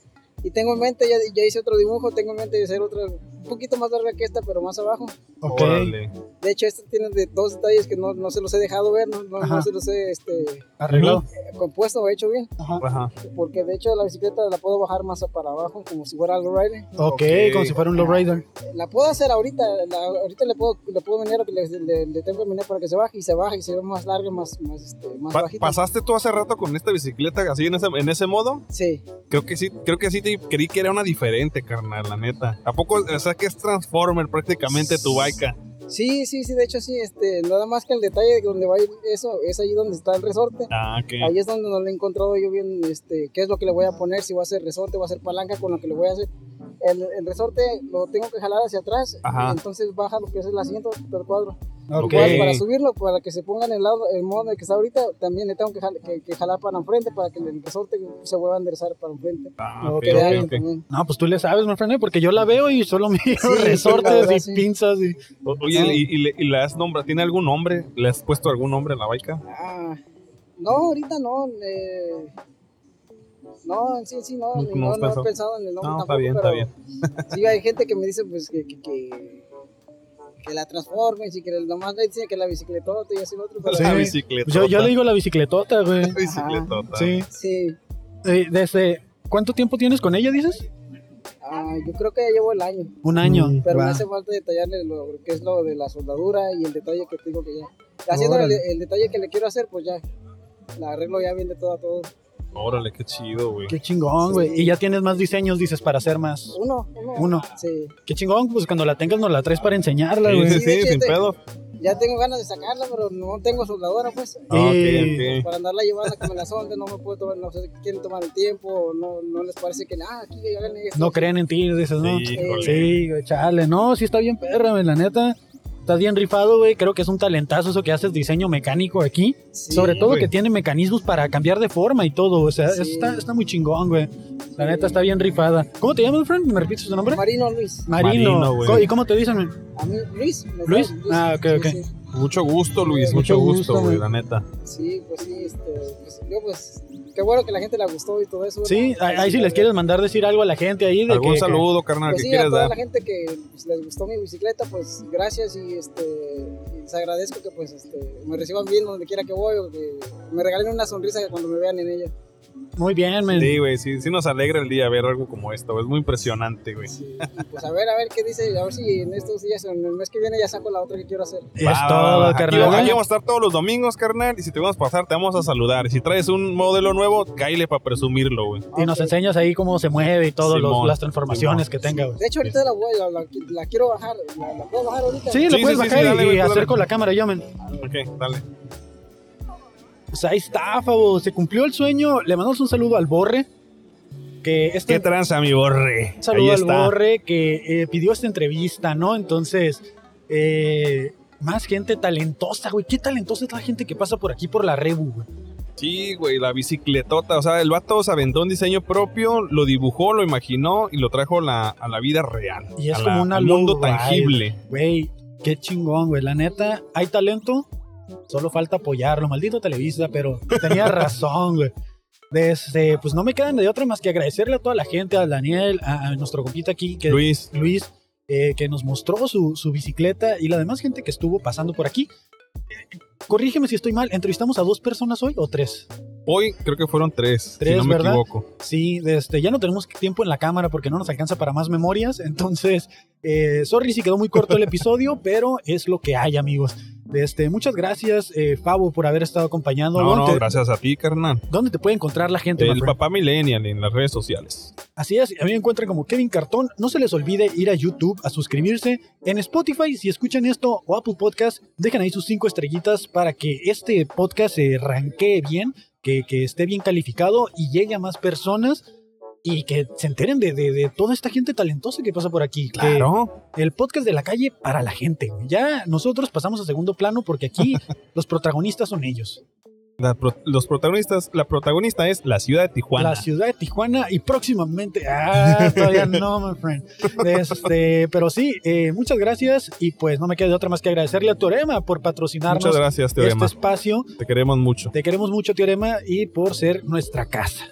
E: Y tengo en mente, ya, ya hice otro dibujo, tengo en mente de hacer otra poquito más larga que esta, pero más abajo.
C: Ok.
D: Órale.
E: De hecho, esta tiene de dos detalles que no, no se los he dejado ver, no, no- no
C: Ajá.
E: se los he este,
C: Arreglado.
E: compuesto o hecho bien.
D: Ajá.
E: Porque de hecho la bicicleta la puedo bajar más para abajo, como si fuera algo rider.
C: Ok, como si fuera un lowrider.
E: La puedo hacer ahorita, la- ahorita le puedo, le puedo venir, le, le, le tengo que venir para que se baje y se baje y se ve más larga, más, más, este, más
D: Pa-
E: bajita.
D: ¿Pasaste tú hace rato con esta bicicleta así en ese, en ese modo?
E: Sí,
D: Creo que sí, creo que sí te creí que era una diferente, carnal, la neta. ¿A poco, o sea, que es Transformer prácticamente tu baica?
E: sí, sí, sí, de hecho sí, este, nada más que el detalle de donde va a ir eso, es ahí donde está el resorte.
D: Ah, que
E: Ahí es donde no lo he encontrado yo bien, este, qué es lo que le voy a poner, si va a ser resorte, va a ser palanca con lo que le voy a hacer. El, el resorte lo tengo que jalar hacia atrás,
D: Ajá.
E: entonces baja lo que es el asiento del cuadro.
C: Ok.
E: Igual para subirlo, para que se ponga en el lado, el modo en el que está ahorita, también le tengo que, jal- que- que jalar para enfrente, para que el resorte se vuelva a enderezar para enfrente.
D: Ah, ok,
C: Ok,
E: Que
D: ok,
E: de alguien
D: ok.
E: también.
C: No, pues tú le sabes, my friend, porque yo la veo y solo miro
E: sí, la
C: resortes
E: verdad,
C: y
E: sí.
C: pinzas. Y...
D: O- Oye,
E: Sí.
D: ¿y, y le, y le has nombrado? ¿Tiene algún nombre? ¿Le has puesto algún nombre a la baica?
E: Ah, no, ahorita no. eh, no, en sí, en sí, no.
D: No,
E: ni-
D: no
E: No,
D: has
E: no he
D: pensado.
E: pensado en el nombre.
D: No, está
E: tampoco,
D: bien, está
E: pero
D: bien.
E: Sí, hay gente que me dice pues que, que, que, que la transformes y que nomás le dicen que la bicicletota y así lo otro. Pero,
D: La
C: Sí.
D: bicicleta.
C: Yo, yo le digo la bicicletota, güey.
D: Bicicletota.
C: Sí.
E: Sí,
C: Eh, Desde. ¿Cuánto tiempo tienes con ella, dices?
E: ah, yo creo que ya llevo el año.
C: Un año.
E: Pero
C: Va.
E: me hace falta detallarle lo que es lo de la soldadura y el detalle que tengo que ya. Haciendo el,
C: Órale.
E: el detalle que le quiero hacer, pues ya. La arreglo ya bien de todo a todo.
D: Órale, qué chido, güey.
C: Qué chingón, güey. Y ya tienes más diseños, dices, para hacer más.
E: Uno, uno.
C: Uno.
E: Sí.
C: Qué chingón, pues cuando la tengas nos la traes para enseñarla,
D: Sí,
C: güey.
D: sí, sí,
E: Sí,
D: sin
E: sí,
D: pedo.
E: Ya tengo ganas de sacarla, pero no tengo soldadora, pues.
D: Ah,
C: Y-
D: ok, ok.
E: Para andarla llevando que me la sonde, no me puedo tomar, no sé, quieren tomar el tiempo, o no, no les parece que, ah, aquí ya hagan esto.
C: No creen en ti, dices, no.
D: Sí, híjole.
C: Sí, güey, chale. No, sí está bien perra, güey, la neta. Estás bien rifado, güey. Creo que es un talentazo eso que haces diseño mecánico aquí.
E: Sí.
C: Sobre todo
D: güey.
C: que tiene mecanismos para cambiar de forma y todo. O sea,
E: Sí.
C: eso está, está muy chingón, güey. La neta está bien rifada. ¿Cómo te llamas, friend? ¿Me repites tu nombre?
E: Marino Luis.
C: Marino.
D: Marino, güey.
C: Co- ¿Y cómo te dicen? güey?
E: A mí, Luis. me
C: ¿Luis?
E: llaman
C: Ah, ok, ok.
E: Sí, sí.
D: Mucho gusto, Luis.
E: Sí,
D: Mucho
C: mucho gusto,
D: gusto,
C: güey.
D: güey, la neta.
E: Sí, pues sí, este, pues, yo pues, qué bueno que la gente le gustó y todo eso.
C: Sí,
E: ¿verdad?
C: ahí ahí si les quieres mandar decir algo a la gente ahí. De
D: ¿Algún
C: que- que-
D: saludo, carnal,
E: Pues
D: que
E: sí, a
D: quieres
E: toda
D: dar?
E: la gente que pues, les gustó mi bicicleta, pues gracias y este, les agradezco que pues este, me reciban bien donde quiera que voy o que me regalen una sonrisa cuando me vean en ella.
C: Muy bien, men.
D: Sí, güey, sí, sí nos alegra el día ver algo como esto. güey, Es muy impresionante, güey.
E: Sí, y, pues a ver, a ver qué dice, a ver si en estos días, en el mes que viene ya saco la otra que quiero hacer.
C: Es
D: Va, va,
C: todo,
D: va. Aquí-
C: carnal.
D: Aquí, vamos a estar todos los domingos, carnal. Y si te vamos a pasar, te vamos a saludar. Y si traes un modelo nuevo, cáile para presumirlo, güey.
C: Y nos enseñas ahí cómo se mueve y todas
D: Simón,
C: las transformaciones
D: Simón.
C: que tenga, güey.
E: De hecho, ahorita la voy, la, la- la quiero bajar, la, la puedo bajar ahorita.
C: Sí,
D: Sí,
C: lo
D: sí,
C: puedes
D: sí,
C: bajar
D: sí, dale,
C: y
D: güey, dale.
C: acerco la cámara, yo, men.
D: Ok, dale.
C: Pues ahí está, Fabo. Se cumplió el sueño. Le mandamos un saludo al Borre. Que este
D: ¿Qué tranza, mi
C: un
D: borre? Ahí
C: saludo al
D: está.
C: Borre que eh, pidió esta entrevista, ¿no? Entonces, eh, más gente talentosa, güey. Qué talentosa es la gente que pasa por aquí por la Rebu, güey.
D: Sí, güey, la bicicletota. O sea, el vato se aventó un diseño propio, lo dibujó, lo imaginó y lo trajo la- a la vida real.
C: Y es
D: a
C: como una
D: al mundo
C: low ride.
D: tangible.
C: Güey, qué chingón, güey. La neta, hay talento, solo falta apoyarlo. Maldito Televisa, pero tenía razón, güey. Desde, pues no me quedan de otra más que agradecerle a toda la gente, a Daniel, a, a nuestro compita aquí, que, Luis,
D: Luis,
C: eh, que nos mostró su, su bicicleta y la demás gente que estuvo pasando por aquí. Eh, Corrígeme si estoy mal, ¿entrevistamos a dos personas hoy o tres?
D: hoy creo que fueron tres, si
C: Tres,
D: no me
C: ¿verdad?
D: equivoco.
C: Sí, desde, ya no tenemos tiempo en la cámara porque no nos alcanza para más memorias. Entonces, eh, sorry si quedó muy corto el episodio, pero es lo que hay, amigos. Desde, muchas gracias, eh, Fabo, por haber estado acompañado.
D: No, no,
C: ¿Dónde, te,
D: gracias a ti, carnal.
C: dónde te puede encontrar la gente? my
D: El
C: friend?
D: papá millennial en las redes sociales.
C: Así es, a mí me encuentran como Kevin Cartón. No se les olvide ir a YouTube a suscribirse. En Spotify, si escuchan esto o Apple Podcast, dejen ahí sus cinco estrellitas para que este podcast se ranquee bien, que, que esté bien calificado y llegue a más personas y que se enteren de, de- de toda esta gente talentosa que pasa por aquí. Que
D: Claro.
C: el podcast de la calle para la gente. güey. Ya nosotros pasamos a segundo plano porque aquí los protagonistas son ellos.
D: La pro- los protagonistas, la protagonista es la ciudad de Tijuana.
C: La ciudad de Tijuana y próximamente. Ah, todavía no, my friend. Este, pero sí, eh, muchas gracias. Y pues no me queda de otra más que agradecerle a Teorema por patrocinarnos
D: Muchas gracias,
C: este
D: Teorema.
C: espacio.
D: Te queremos mucho.
C: Te queremos mucho, Teorema, y por ser nuestra casa.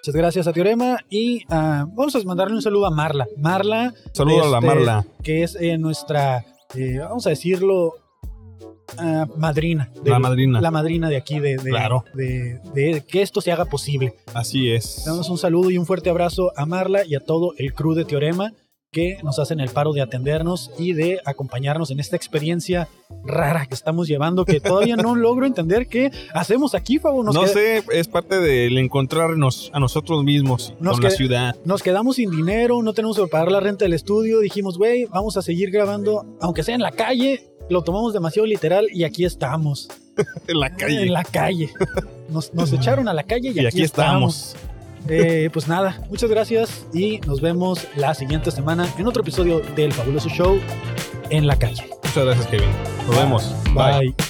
C: Muchas gracias a Teorema y ah, vamos a mandarle un saludo a Marla. Marla,
D: Saludos a la
C: este,
D: Marla.
C: que es eh, nuestra, eh, vamos a decirlo, ah, madrina. de-
D: La madrina.
C: La madrina de aquí, de, de-
D: Claro.
C: de- de que esto se haga posible.
D: Así es.
C: Le damos un saludo y un fuerte abrazo a Marla y a todo el crew de Teorema que nos hacen el paro de atendernos y de acompañarnos en esta experiencia rara que estamos llevando, que todavía no logro entender qué hacemos aquí, Fabo. Nos,
D: no
C: queda-
D: sé, es parte del encontrarnos a nosotros mismos
C: Nos
D: con
C: queda-
D: la ciudad.
C: nos quedamos sin dinero, no tenemos que pagar la renta del estudio, dijimos, güey, vamos a seguir grabando, aunque sea en la calle, lo tomamos demasiado literal y aquí estamos,
D: En la calle.
C: en la calle. Nos, nos echaron a la calle y,
D: y aquí estamos.
C: Eh, pues nada, muchas gracias y nos vemos la siguiente semana en otro episodio del fabuloso show en la calle.
D: Muchas gracias, Kevin. Nos vemos. Bye.
C: Bye.